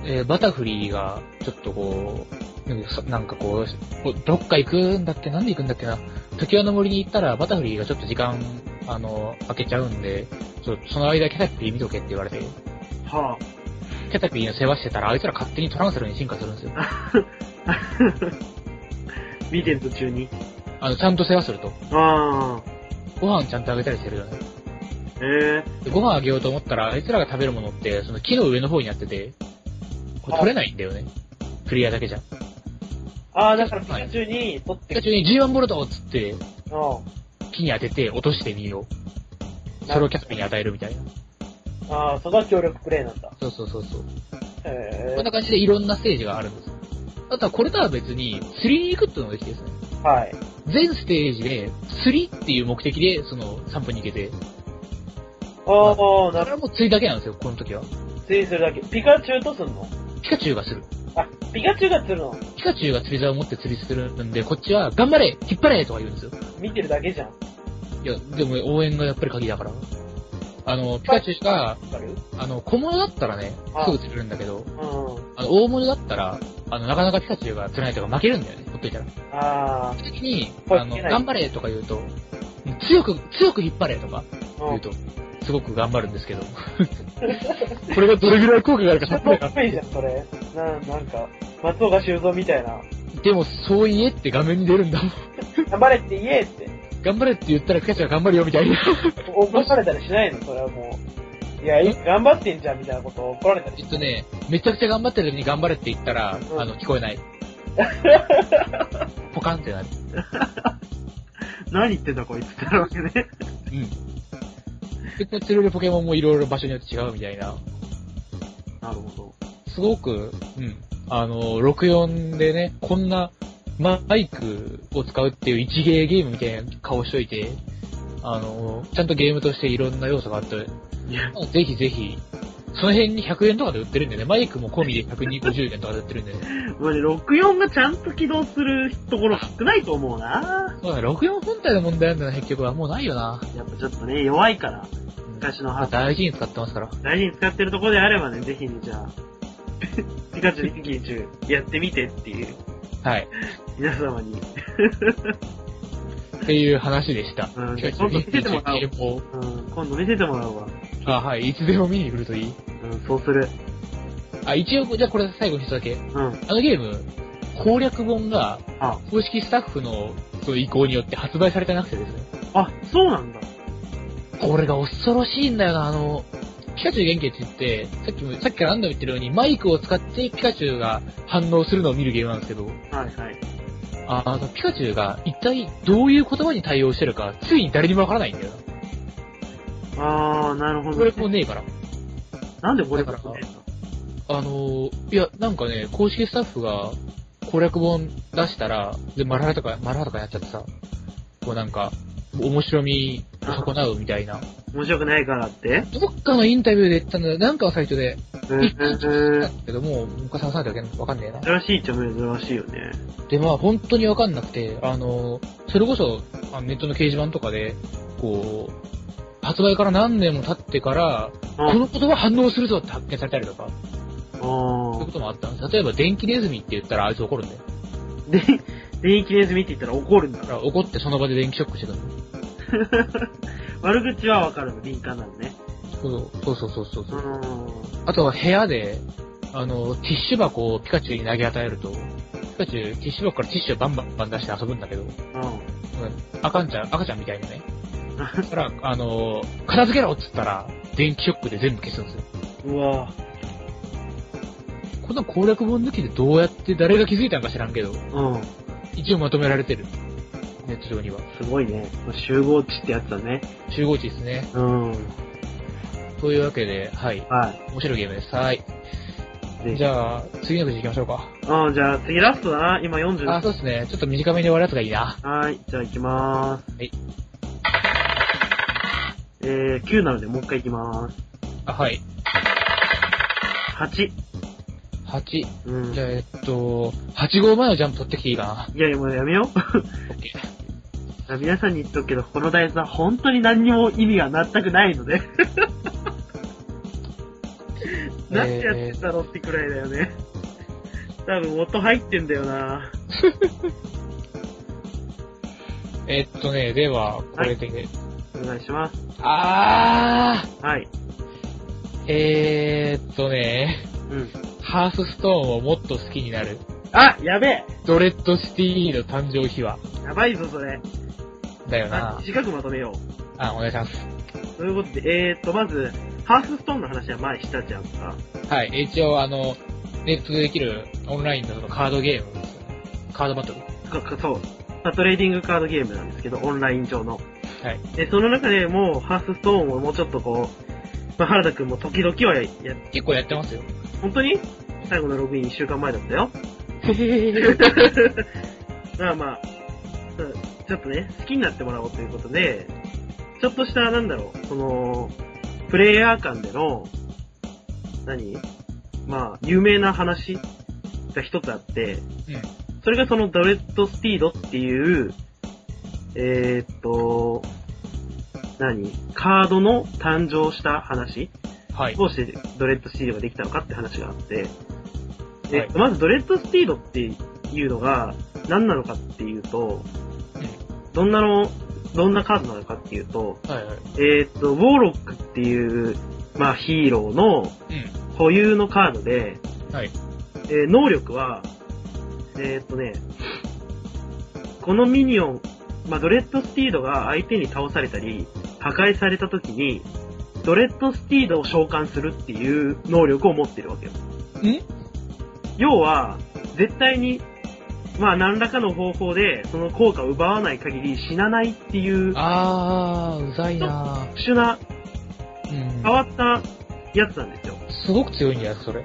[SPEAKER 2] えーバタフリーが、ちょっとこう、なんかそなんかこう、こどっか行くんだっけなんで行くんだっけな時輪の森に行ったら、バタフリーがちょっと時間、あのー、空けちゃうんで、ちょその間キャタピー見とけって言われて、
[SPEAKER 1] は
[SPEAKER 2] キャタピーの世話してたら、あいつら勝手にトランセルに進化するんですよ。
[SPEAKER 1] あ。見てる途中に。
[SPEAKER 2] あの、ちゃんと世話すると。
[SPEAKER 1] ああ。
[SPEAKER 2] ご飯ちゃんとあげたりしてるよね。
[SPEAKER 1] へえ。
[SPEAKER 2] でご飯あげようと思ったら、あいつらが食べるものって、その木の上の方にあってて、これ取れないんだよね。クリアだけじゃ。
[SPEAKER 1] ああ、だからピカチュウに取って
[SPEAKER 2] ピカチュウに G1 ボルトっつって、
[SPEAKER 1] あ
[SPEAKER 2] 木に当てて落としてみよう。それをキャスピーに与えるみたいな。
[SPEAKER 1] あああ、そこは協力プレイなんだ。
[SPEAKER 2] そうそうそうそう。
[SPEAKER 1] へ
[SPEAKER 2] こんな感じでいろんなステージがあるんです。あとはこれとは別に、釣りに行くっていうのができてですね。
[SPEAKER 1] え。はい。
[SPEAKER 2] 全ステージで、釣りっていう目的で、その、散歩に行けて。
[SPEAKER 1] ああ、
[SPEAKER 2] そ
[SPEAKER 1] な
[SPEAKER 2] れ
[SPEAKER 1] る
[SPEAKER 2] はもう釣りだけなんですよ、この時は。
[SPEAKER 1] ほど。ついするだけ。ピカチュウとすんの
[SPEAKER 2] ピカチュウがする。
[SPEAKER 1] あ、ピカチュウが釣るの
[SPEAKER 2] ピカチュウが釣り竿を持って釣りするんで、こっちは、頑張れ引っ張れとか言うんですよ。
[SPEAKER 1] 見てるだけじゃん。
[SPEAKER 2] いや、でも応援がやっぱり鍵だから。あの、ピカチュウが、
[SPEAKER 1] わかる
[SPEAKER 2] あの、小物だったらね、
[SPEAKER 1] あ
[SPEAKER 2] すぐ釣れるんだけど、
[SPEAKER 1] うん。
[SPEAKER 2] あの、大物だったら、あの、なかなかピカチュウが釣れないとか負けるんだよね、ほっといたら。
[SPEAKER 1] ああ、
[SPEAKER 2] その時に、
[SPEAKER 1] はい
[SPEAKER 2] あの、
[SPEAKER 1] いけない
[SPEAKER 2] 頑張れとか言うと、強く、強く引っ張れとか
[SPEAKER 1] う
[SPEAKER 2] 言
[SPEAKER 1] ん
[SPEAKER 2] う。と、すごく頑張るんです
[SPEAKER 1] (laughs)
[SPEAKER 2] けど。これがどれぐらい効果があるかさっぱりわか
[SPEAKER 1] かっこいいじゃ (laughs) ん、それ。な、なんか、松岡修造みたいな。
[SPEAKER 2] んでも、そう言えって画面に出るんだもん。
[SPEAKER 1] 頑張れって言えって。
[SPEAKER 2] 頑張れって言ったらピカチュウが頑張るよみたいな。
[SPEAKER 1] 怒られたりしないのそれはもう。いや、い頑張ってんじゃん、みたいなことを怒られたり
[SPEAKER 2] えっとね、めちゃくちゃ頑張ってる時に頑張れって言ったら、
[SPEAKER 1] うん
[SPEAKER 2] あの、聞こえない。ポカンってなる。
[SPEAKER 1] 何言ってんだ、こいつってなるわけね。
[SPEAKER 2] うん。で、こう釣れるポケモンもいろいろ場所によって違うみたいな。
[SPEAKER 1] なるほ
[SPEAKER 2] すごく、うん。あの、64でね、こんなマイクを使うっていう一芸ゲームみたいな顔しといて、あの、ちゃんとゲームとしていろんな要素があって、
[SPEAKER 1] ど。いや、
[SPEAKER 2] まあぜひぜひ、その辺に100円とかで売ってるんでね、マイクも込みで150円とかで売ってるんでね。
[SPEAKER 1] まあね、64がちゃんと起動するところ少ないと思うな
[SPEAKER 2] まあ、64本体の問題なんだよな、結局は。もうないよな。
[SPEAKER 1] やっぱちょっとね、弱いから、昔の
[SPEAKER 2] まあ
[SPEAKER 1] ハー
[SPEAKER 2] 大事に使ってますから。
[SPEAKER 1] 大事に使ってるところであればね、ぜひね、じゃあ、ピカチュウ、ピキチュウ、やってみてっていう、
[SPEAKER 2] はい。
[SPEAKER 1] 皆様に。
[SPEAKER 2] っていう話でした。
[SPEAKER 1] うん
[SPEAKER 2] 今
[SPEAKER 1] 今
[SPEAKER 2] 日
[SPEAKER 1] 度見せてもらおう
[SPEAKER 2] 一日一日
[SPEAKER 1] うん、今度見せてもらうわ。
[SPEAKER 2] あ、はい。いつでも見に来るといい。
[SPEAKER 1] うん、そうする。
[SPEAKER 2] あ、一応、じゃあこれ最後に一つだけ。
[SPEAKER 1] うん。
[SPEAKER 2] あのゲーム、攻略本が
[SPEAKER 1] あ、
[SPEAKER 2] 公式スタッフのその意向によって発売されてなくてですね。
[SPEAKER 1] あ、そうなんだ。
[SPEAKER 2] これが恐ろしいんだよな、あの、ピカチュウ元気って言って、さっきも、さっきから何度も言ってるように、マイクを使ってピカチュウが反応するのを見るゲームなんですけど、
[SPEAKER 1] はいはい。
[SPEAKER 2] ああの、ピカチュウが一体どういう言葉に対応してるか、ついに誰にもわからないんだよな。
[SPEAKER 1] あー、なるほど、
[SPEAKER 2] これもねえから。
[SPEAKER 1] なんでこれか
[SPEAKER 2] だ
[SPEAKER 1] ら
[SPEAKER 2] からあのー、いや、なんかね、公式スタッフが攻略本出したら、で、マラハとか、マラハとかやっちゃってさ、こうなんか、面白みを損なうみたいな。
[SPEAKER 1] 面白くないからって
[SPEAKER 2] どっかのインタビューで言ったんだよ。なんかのサイトで、
[SPEAKER 1] うん
[SPEAKER 2] 一回聞いた
[SPEAKER 1] うん
[SPEAKER 2] だけど、もう、昔のサイトだけわかんねえ
[SPEAKER 1] 珍
[SPEAKER 2] な。
[SPEAKER 1] しいっちゃ珍しいよね。
[SPEAKER 2] で、まあ、本当にわかんなくて、あの、それこそ、あのネットの掲示板とかで、こう、発売から何年も経ってから、こ
[SPEAKER 1] あ
[SPEAKER 2] の言葉反応するぞって発見されたりとか、そういう
[SPEAKER 1] あ
[SPEAKER 2] こともあったんです。例えば、電気ネズミって言ったらあいつ怒るんだよ。
[SPEAKER 1] ー。で、電気ネズミって言ったら怒るんだ
[SPEAKER 2] だ。から怒ってその場で電気ショックしてくるの。
[SPEAKER 1] 悪口はわかるの、敏感なのね。
[SPEAKER 2] そうそうそうそう
[SPEAKER 1] う
[SPEAKER 2] そう。
[SPEAKER 1] ん。
[SPEAKER 2] あとは部屋で、あの、ティッシュ箱をピカチュウに投げ与えると、ピカチュウ、ティッシュ箱からティッシュをバンバンバン出して遊ぶんだけど、
[SPEAKER 1] うん。
[SPEAKER 2] 赤んちゃん、赤ちゃんみたいなね。そしたら、あの、片付けろっつったら、電気ショックで全部消すんですよ。
[SPEAKER 1] うわ
[SPEAKER 2] こんな攻略本抜きでどうやって誰が気づいたんか知らんけど、
[SPEAKER 1] うん。
[SPEAKER 2] 一応まとめられてる。ネット上には。
[SPEAKER 1] すごいね。集合地ってやつだね。
[SPEAKER 2] 集合値ですね。
[SPEAKER 1] うん。
[SPEAKER 2] というわけで、はい。
[SPEAKER 1] はい。
[SPEAKER 2] 面白いゲームです。はい。
[SPEAKER 1] で
[SPEAKER 2] じゃあ、次のくじ行きましょうか。
[SPEAKER 1] うん、じゃあ次ラストだな。今40。
[SPEAKER 2] あ、そうですね。ちょっと短めに終わるやつがいいな。
[SPEAKER 1] はい。じゃあ行きまーす。
[SPEAKER 2] はい。
[SPEAKER 1] えー、9なのでもう一回行きまーす。
[SPEAKER 2] あ、はい。
[SPEAKER 1] 8。
[SPEAKER 2] 8。じ
[SPEAKER 1] うん。
[SPEAKER 2] ゃあ、えっと、8号前のジャンプ取ってきていいか
[SPEAKER 1] いやいや、もうやめよう。
[SPEAKER 2] な。オッケ
[SPEAKER 1] (laughs)
[SPEAKER 2] ー。
[SPEAKER 1] 皆さんに言っとくけど、この台座は本当に何にも意味が全くないの
[SPEAKER 2] (laughs)
[SPEAKER 1] で。なんでやってんだろうってくらいだよね。多分音入ってんだよな
[SPEAKER 2] えっとね、では、これで、
[SPEAKER 1] お願いします。
[SPEAKER 2] あ
[SPEAKER 1] はい。
[SPEAKER 2] ー、えーっとね、
[SPEAKER 1] うん。
[SPEAKER 2] ハースストーンをもっと好きになる。
[SPEAKER 1] あやべえ
[SPEAKER 2] ドレッドシティの誕生秘話。
[SPEAKER 1] やばいぞ、それ。
[SPEAKER 2] だよ
[SPEAKER 1] あ
[SPEAKER 2] な。
[SPEAKER 1] 短くまとめよう。
[SPEAKER 2] あ、お願いします。
[SPEAKER 1] ということで、えーっと、まず、ハーフストーンの話は前したじゃんか。
[SPEAKER 2] はい。一応、あの、ネットでできるオンラインのそのカードゲームですよね。カードバトル。
[SPEAKER 1] そそう。まあ、トレーディングカードゲームなんですけど、オンライン上の。
[SPEAKER 2] はい。
[SPEAKER 1] で、その中でもう、ハーフストーンをもうちょっとこう、まあ、原田くんも時々はやや
[SPEAKER 2] 結構やって (laughs) ますよ。
[SPEAKER 1] 本当に最後のログイン1週間前だったよ。まあまあ、うんちょっとね、好きになってもらおうということで、ちょっとした、なんだろう、その、プレイヤー間での、何まあ、有名な話が一つあって、
[SPEAKER 2] うん
[SPEAKER 1] それがそのドレッドスピードっていう、えーっと、何カードの誕生した話
[SPEAKER 2] はい。
[SPEAKER 1] どうしてドレッドスティードができたのかって話があって、で
[SPEAKER 2] はい
[SPEAKER 1] まずドレッドスティードっていうのが何なのかっていうと、どんなの、どんなカードなのかっていうと、
[SPEAKER 2] はいはい。
[SPEAKER 1] えーっと、ウォーロックっていう、まあヒーローの
[SPEAKER 2] う
[SPEAKER 1] 固有のカードで、
[SPEAKER 2] ん。はい。
[SPEAKER 1] えー能力は、えーっとね、このミニオン、まあ、ドレッドスティードが相手に倒されたり、破壊された時に、ドレッドスティードを召喚するっていう能力を持ってるわけよ。
[SPEAKER 2] ん
[SPEAKER 1] 要は、絶対に、まあ、何らかの方法で、その効果を奪わない限り死なないっていう、
[SPEAKER 2] あー、うざいな
[SPEAKER 1] 特殊な、
[SPEAKER 2] ー。う
[SPEAKER 1] 変
[SPEAKER 2] ん
[SPEAKER 1] わったやつなんですよ。
[SPEAKER 2] すごく強いんじゃないですか、それ。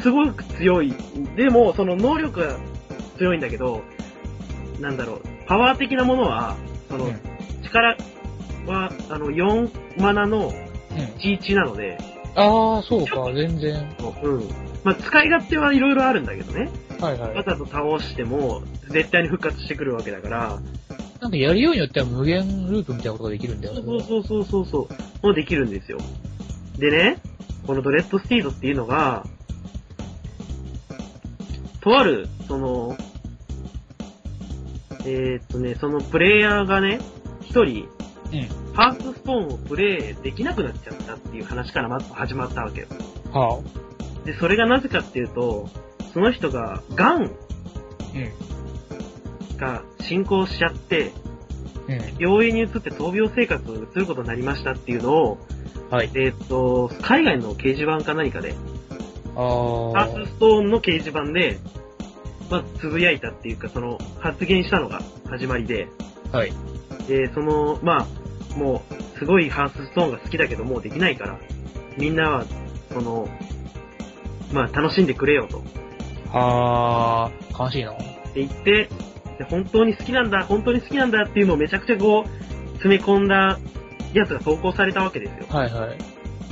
[SPEAKER 1] すごく強い。でも、その能力が強いんだけど、なんだろう、パワー的なものは、その、
[SPEAKER 2] う
[SPEAKER 1] 力は、あの、4マナの
[SPEAKER 2] ん。
[SPEAKER 1] 11なので、
[SPEAKER 2] ああ、そうか、全然。
[SPEAKER 1] うん。まあ、使い勝手はいろいろあるんだけどね。
[SPEAKER 2] はいはい
[SPEAKER 1] わ。ざと倒しても、絶対に復活してくるわけだから、
[SPEAKER 2] なんかやるようによっては無限ループみたいなことができるんだよね。
[SPEAKER 1] そうそうそうそうそう、もうできるんですよ。でね、このドレッドスティードっていうのが、とある、その、えーっとね、そのプレイヤーがね、一人、
[SPEAKER 2] うん。
[SPEAKER 1] ハースストーンをプレイできなくなっちゃったっていう話からまず始まったわけよ。
[SPEAKER 2] はあ。
[SPEAKER 1] で、それがなぜかっていうと、その人が、ガン
[SPEAKER 2] うん。
[SPEAKER 1] が進行しちゃって、
[SPEAKER 2] う
[SPEAKER 1] 病院に移って闘病生活を移ることになりましたっていうのを、
[SPEAKER 2] ん。はい。
[SPEAKER 1] えーっ、と、海外の掲示板か何かで、
[SPEAKER 2] ああ。
[SPEAKER 1] ハースストーンの掲示板で、まあ、つぶやいたっていうか、その、発言したのが始まりで、
[SPEAKER 2] はい。
[SPEAKER 1] で、その、まあ、もう、すごいハースストーンが好きだけど、もうできないから、みんなは、その、まあ、楽しんでくれよと。
[SPEAKER 2] はあ。悲しいな。
[SPEAKER 1] って言って、で本当に好きなんだ、本当に好きなんだっていうのをめちゃくちゃこう、詰め込んだやつが投稿されたわけですよ。
[SPEAKER 2] はいはい。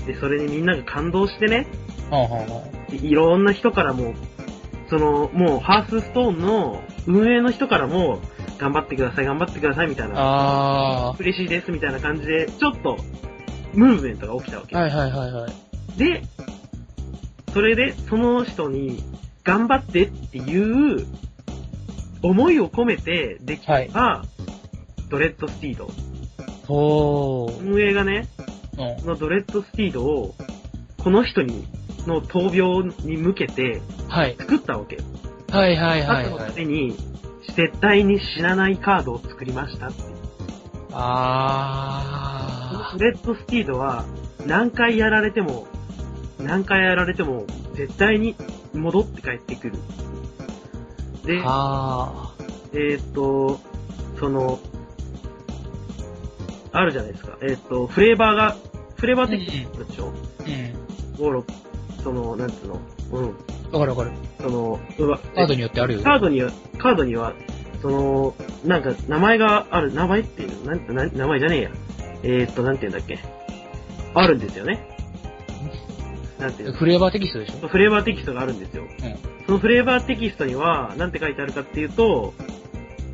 [SPEAKER 1] で、それにみんなが感動してね、
[SPEAKER 2] はあはあはい
[SPEAKER 1] ろんな人からも、その、もう、ハースストーンの運営の人からも、頑張ってください、頑張ってください、みたい
[SPEAKER 2] あ。
[SPEAKER 1] な、
[SPEAKER 2] あ
[SPEAKER 1] 嬉しいです、みたいな感じで、ちょっと、ムーブメントが起きたわけ。
[SPEAKER 2] あ。はいはいはいはい。
[SPEAKER 1] で、それで、その人に、頑張ってっていう、思いを込めてでき
[SPEAKER 2] はい。
[SPEAKER 1] た、ドレッドスティード。
[SPEAKER 2] ほう。
[SPEAKER 1] 運営がね、
[SPEAKER 2] うん。
[SPEAKER 1] このドレッドスティードを、この人に、の闘病に向けて
[SPEAKER 2] はい。
[SPEAKER 1] 作ったわけよ。
[SPEAKER 2] はいはいは
[SPEAKER 1] あ
[SPEAKER 2] い
[SPEAKER 1] との
[SPEAKER 2] は
[SPEAKER 1] た
[SPEAKER 2] い。
[SPEAKER 1] めに、絶対に死なないカードを作りましたっていう。この
[SPEAKER 2] あ
[SPEAKER 1] ドレッドスティードは、何回やられても、何回やられても、絶対に戻って帰ってくる。で
[SPEAKER 2] あ。、あ
[SPEAKER 1] えーっと、その、あるじゃないですか。えーっと、フレーバーが、フレーバー的にあるでしょ
[SPEAKER 2] あ。うん。
[SPEAKER 1] 五六その、なんつうの、うん。
[SPEAKER 2] わかるわかる。
[SPEAKER 1] その、うわ、
[SPEAKER 2] カードによってあるよ。
[SPEAKER 1] カードには、カードには、その、なんか、名前がある、名前っていう、なん、なん名前じゃねえや。えー、っと、なんて言うんだっけ。あるんですよね。なんていう
[SPEAKER 2] フレーバーテキストでしょ
[SPEAKER 1] のフレーバーテキストがあるんですよ。
[SPEAKER 2] う
[SPEAKER 1] そのフレーバーテキストには、なんて書いてあるかっていうと、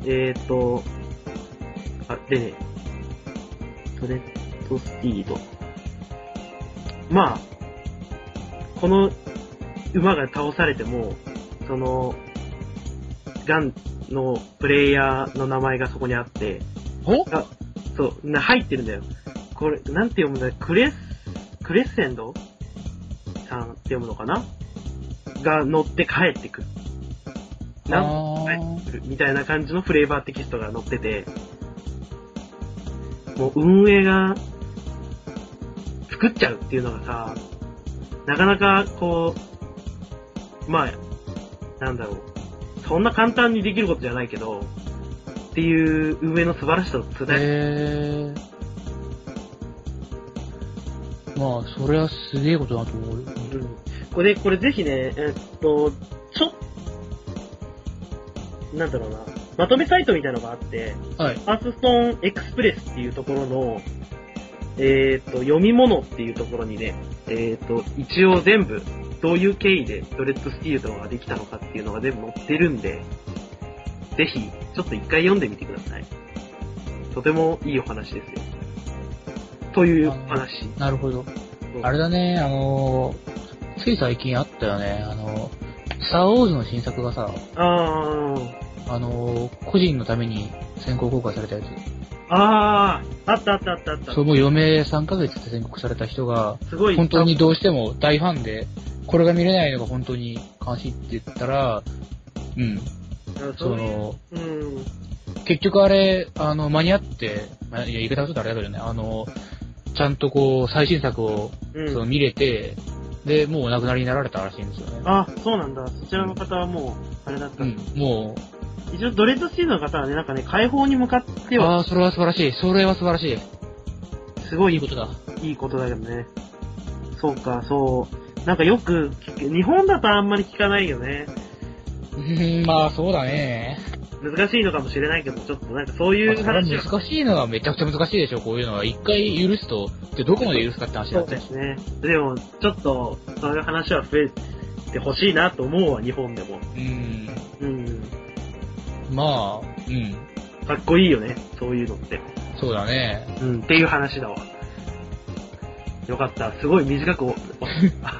[SPEAKER 1] えー、っと、あ、でね、トレッドスピード。まあ、この馬が倒されても、その、ガンのプレイヤーの名前がそこにあって、
[SPEAKER 2] ん。お
[SPEAKER 1] あ、そう、な入ってるんだよ。これ、なんて読むんだクレス、クレッセンドさんって読むのかなが乗って帰ってくる。なん
[SPEAKER 2] あー
[SPEAKER 1] 帰ってくるみたいな感じのフレーバーテキストが載ってて、もう運営が作っちゃうっていうのがさ、なかなかこう、まあ、なんだろう。そんな簡単にできることじゃないけど、っていう運営の素晴らしさを伝え
[SPEAKER 2] へえ。まあ、それはすげえことだと思うよ。
[SPEAKER 1] うんこれ、これぜひね、えっと、ちょなんだろうな、まとめサイトみたいなのがあって、
[SPEAKER 2] はい。
[SPEAKER 1] アースストーンエクスプレスっていうところの、えーっと、読み物っていうところにね、えーっと、一応全部、どういう経緯でドレッドスティールドができたのかっていうのが全部載ってるんで、ぜひ、ちょっと一回読んでみてください。とてもいいお話ですよ。というお話。
[SPEAKER 2] なるほど。あれだね、あのー、つい最近あったよね、あのー、スターウォーズの新作がさ、
[SPEAKER 1] あー。
[SPEAKER 2] あのー、個人のために先行公開されたやつ。
[SPEAKER 1] ああ、あったあったあったあった。
[SPEAKER 2] そう、もう余命3ヶ月って宣告された人が、
[SPEAKER 1] すごい。
[SPEAKER 2] 本当にどうしても大ファンで、これが見れないのが本当に悲しいって言ったら、うん、
[SPEAKER 1] あ、そ
[SPEAKER 2] そ
[SPEAKER 1] の、
[SPEAKER 2] の、
[SPEAKER 1] うん。
[SPEAKER 2] 結局あれ、あの、間に合って、まあいや、言い方はちょっとあれだけどね、あの、ちゃんとこう、最新作を、
[SPEAKER 1] う
[SPEAKER 2] その
[SPEAKER 1] ん。
[SPEAKER 2] 見れて、で、もうお亡くなりになられたらしいんですよね。
[SPEAKER 1] あ、そうなんだ。そちらの方はもう、あれだった。
[SPEAKER 2] うん、も
[SPEAKER 1] 一応、ドレッドシードの方はね、なんかね、解放に向かって
[SPEAKER 2] う、
[SPEAKER 1] は、
[SPEAKER 2] ああ、それは素晴らしい。それは素晴らしい。
[SPEAKER 1] すごい
[SPEAKER 2] いいことだ。
[SPEAKER 1] いいことだけどね。そうか、そう。なんかよく聞く、日本だとあんまり聞かないよね。
[SPEAKER 2] うん、まあ、そうだね。
[SPEAKER 1] う難しいのかもしれないけど、ちょっとなんかそう
[SPEAKER 2] ま
[SPEAKER 1] い
[SPEAKER 2] あ
[SPEAKER 1] う
[SPEAKER 2] それは
[SPEAKER 1] 話は。
[SPEAKER 2] 難しいのはめちゃくちゃ難しいでしょ、こういうのは。一回許すと、でどこまで許すかって話に
[SPEAKER 1] そ
[SPEAKER 2] な
[SPEAKER 1] う
[SPEAKER 2] っ
[SPEAKER 1] で
[SPEAKER 2] てる
[SPEAKER 1] すね。でも、ちょっと、そういう話は増えてほしいなと思うわ、日本でも。
[SPEAKER 2] うん。
[SPEAKER 1] うん。
[SPEAKER 2] まあ、うん。
[SPEAKER 1] かっこいいよね、そういうのって。
[SPEAKER 2] そうだね。
[SPEAKER 1] うん、っていう話だわ。よかった。すごい短くお、お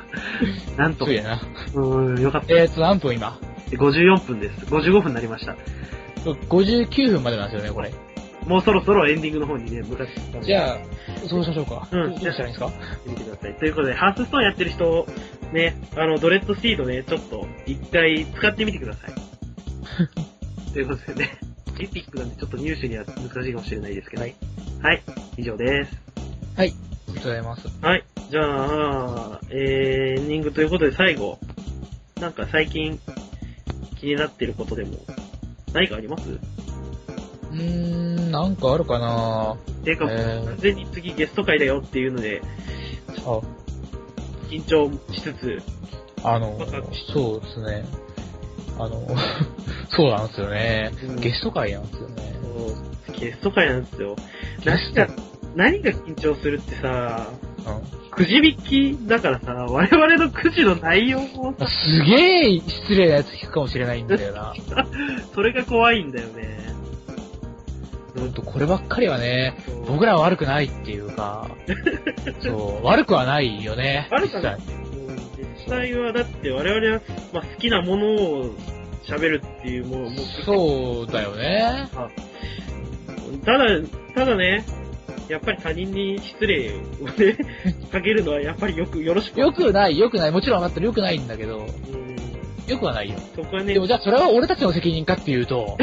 [SPEAKER 1] (laughs) なんと
[SPEAKER 2] そう。やな。
[SPEAKER 1] うん、よかった。
[SPEAKER 2] えーっと、何分今
[SPEAKER 1] 54分です。55分になりました。
[SPEAKER 2] ?59 分までなんですよね、これ。
[SPEAKER 1] もうそろそろエンディングの方にね、向かってきたので
[SPEAKER 2] じゃあ、そうしましょうか。
[SPEAKER 1] うん
[SPEAKER 2] どうしたらいいんですか
[SPEAKER 1] やってみてください。ということで、ハースストーンやってる人、ね、あの、ドレッドシードね、ちょっと、一回使ってみてください。
[SPEAKER 2] (laughs)
[SPEAKER 1] ということでね、エピックなんでちょっと入手には難しいかもしれないですけど。
[SPEAKER 2] はい。
[SPEAKER 1] はい、以上です。
[SPEAKER 2] ありがとうございます。
[SPEAKER 1] はい。じゃあ、えー、エンディングということで最後、なんか最近気になってることでも、何かあります
[SPEAKER 2] うーん、なんかあるかな
[SPEAKER 1] ていうか、
[SPEAKER 2] えー
[SPEAKER 1] 完全に次ゲスト会だよっていうので、
[SPEAKER 2] あ、
[SPEAKER 1] 緊張しつつ、
[SPEAKER 2] あの、そうですね。あの、 (laughs) そうなんですよね。ゲスト会なんですよね。
[SPEAKER 1] そうゲスト会なんですよ。
[SPEAKER 2] ゲ
[SPEAKER 1] 何
[SPEAKER 2] スト
[SPEAKER 1] が、何が緊張するってさ、
[SPEAKER 2] うん
[SPEAKER 1] くじ引きだからさ、我々のくじの内容もさ、
[SPEAKER 2] すげえ失礼なやつ聞くかもしれないんだよな。
[SPEAKER 1] それが怖いんだよね。
[SPEAKER 2] ほんとこればっかりはね、
[SPEAKER 1] そう
[SPEAKER 2] 僕らは悪くないっていう
[SPEAKER 1] (laughs)
[SPEAKER 2] か、そう、悪くはないよね。
[SPEAKER 1] 悪くはない
[SPEAKER 2] 実際
[SPEAKER 1] うん実際はだって我々は、まあ、好きなものを喋るっていうものを持って
[SPEAKER 2] そうだよね。
[SPEAKER 1] ただ、ただね、やっぱり他人に失礼を
[SPEAKER 2] (laughs)
[SPEAKER 1] ね、かけるのはやっぱりよく、よろしく。
[SPEAKER 2] 良くない、良くない。もちろん分かってる良くないんだけど、
[SPEAKER 1] うん、
[SPEAKER 2] 良くはないよ。
[SPEAKER 1] そこはね
[SPEAKER 2] で、もじゃあそれは俺たちの責任かってい
[SPEAKER 1] (laughs)
[SPEAKER 2] うと、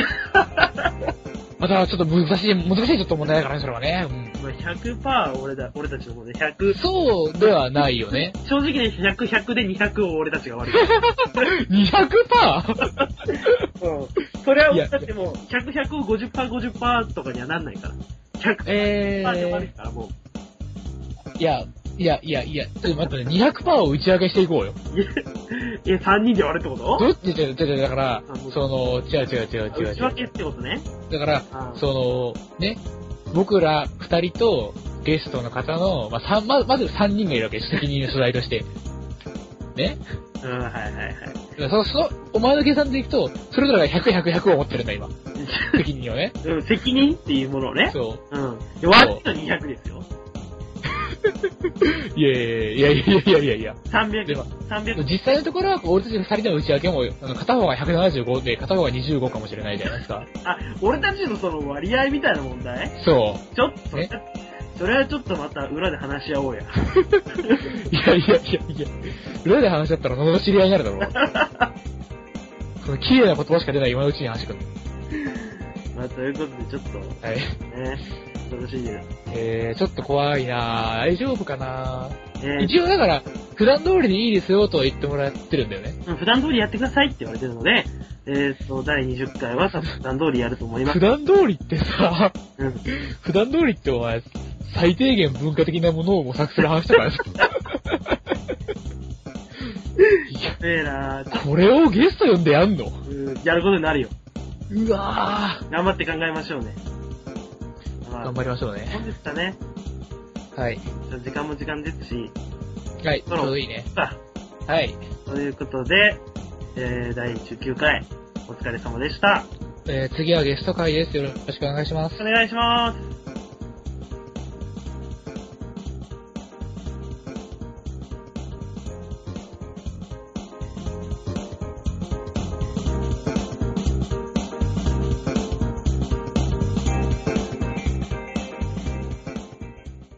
[SPEAKER 2] またちょっと難しい、難しいちょっと問題だからね、それはね。うん
[SPEAKER 1] まあ、100%俺だ、俺たちのもね、100、
[SPEAKER 2] そうではないよね。
[SPEAKER 1] 正直ね、100、100で200を俺たちが悪い。
[SPEAKER 2] 200%?
[SPEAKER 1] (laughs) うん。それは俺たちも、100、100を50%、50%とかにはなんないから。100%
[SPEAKER 2] え
[SPEAKER 1] で悪い
[SPEAKER 2] ー、
[SPEAKER 1] から、もう。
[SPEAKER 2] いや、いや、いや、いや、ちょっと待ってね、200%を打ち上げしていこうよ。
[SPEAKER 1] え、3人で割るってこと
[SPEAKER 2] どっち違う違う違うだから
[SPEAKER 1] あもう、
[SPEAKER 2] その、違う違う違う違う
[SPEAKER 1] 内
[SPEAKER 2] 違う。
[SPEAKER 1] 訳ってことね。
[SPEAKER 2] だから、
[SPEAKER 1] あー
[SPEAKER 2] その、ね、僕ら二人とゲストの方の、まあ、三ままず三人がいるわけです。責任の所在として。ね
[SPEAKER 1] うん、はいはい
[SPEAKER 2] (laughs)
[SPEAKER 1] はい。
[SPEAKER 2] その、その、お前の計算でいくと、それぞれが100、100、100を持ってるんだ、今。責任をね。
[SPEAKER 1] うん、責任っていうものをね。
[SPEAKER 2] そ
[SPEAKER 1] うん。で、割ると200ですよ。
[SPEAKER 2] う。いやいやいやいやいやいやいや。で
[SPEAKER 1] 300
[SPEAKER 2] も、
[SPEAKER 1] 300。
[SPEAKER 2] 実際のところは、俺たち二人の内訳も、あの片方が175で、片方が25かもしれないじゃないですか。
[SPEAKER 1] あ、俺たちのその割合みたいな問題
[SPEAKER 2] そう。
[SPEAKER 1] ちょっと
[SPEAKER 2] え、
[SPEAKER 1] それはちょっとまた裏で話し合おうや。
[SPEAKER 2] いやいやいやいや、裏で話し合ったら喉の知り合いになるだろう。その綺麗な言葉しか出ない今のうちに話し込む。
[SPEAKER 1] まあ、ということで、ちょっと、ね、
[SPEAKER 2] はい。
[SPEAKER 1] 楽しいね。
[SPEAKER 2] えー、ちょっと怖いなぁ。大丈夫かな
[SPEAKER 1] え
[SPEAKER 2] ぁ。一応だから、普段通りでいいですよとは言ってもらってるんだよね。
[SPEAKER 1] ー、普段通りやってくださいって言われてるので、えー、っと、第20回は多分普段通りやると思いま
[SPEAKER 2] 普
[SPEAKER 1] す。
[SPEAKER 2] 段通りってさ、 (laughs)
[SPEAKER 1] うん。
[SPEAKER 2] 普段通りってお前、最低限文化的なものを模索する話だからさ。いや、
[SPEAKER 1] ええなーちょっ
[SPEAKER 2] これをゲスト呼んでやんの
[SPEAKER 1] とうんやることになるよ。
[SPEAKER 2] うわぁ。
[SPEAKER 1] 頑張って考えましょうね。ま
[SPEAKER 2] 頑
[SPEAKER 1] あ、
[SPEAKER 2] 張りましょうね。
[SPEAKER 1] 本日だね、
[SPEAKER 2] はい。
[SPEAKER 1] 時間も時間ですし、
[SPEAKER 2] はい、ちょうどいいね。
[SPEAKER 1] さあ、
[SPEAKER 2] はい。
[SPEAKER 1] ということで、えー、第19回、お疲れ様でした。
[SPEAKER 2] えー次はゲスト会です。よろしくお願いします
[SPEAKER 1] お。願いします。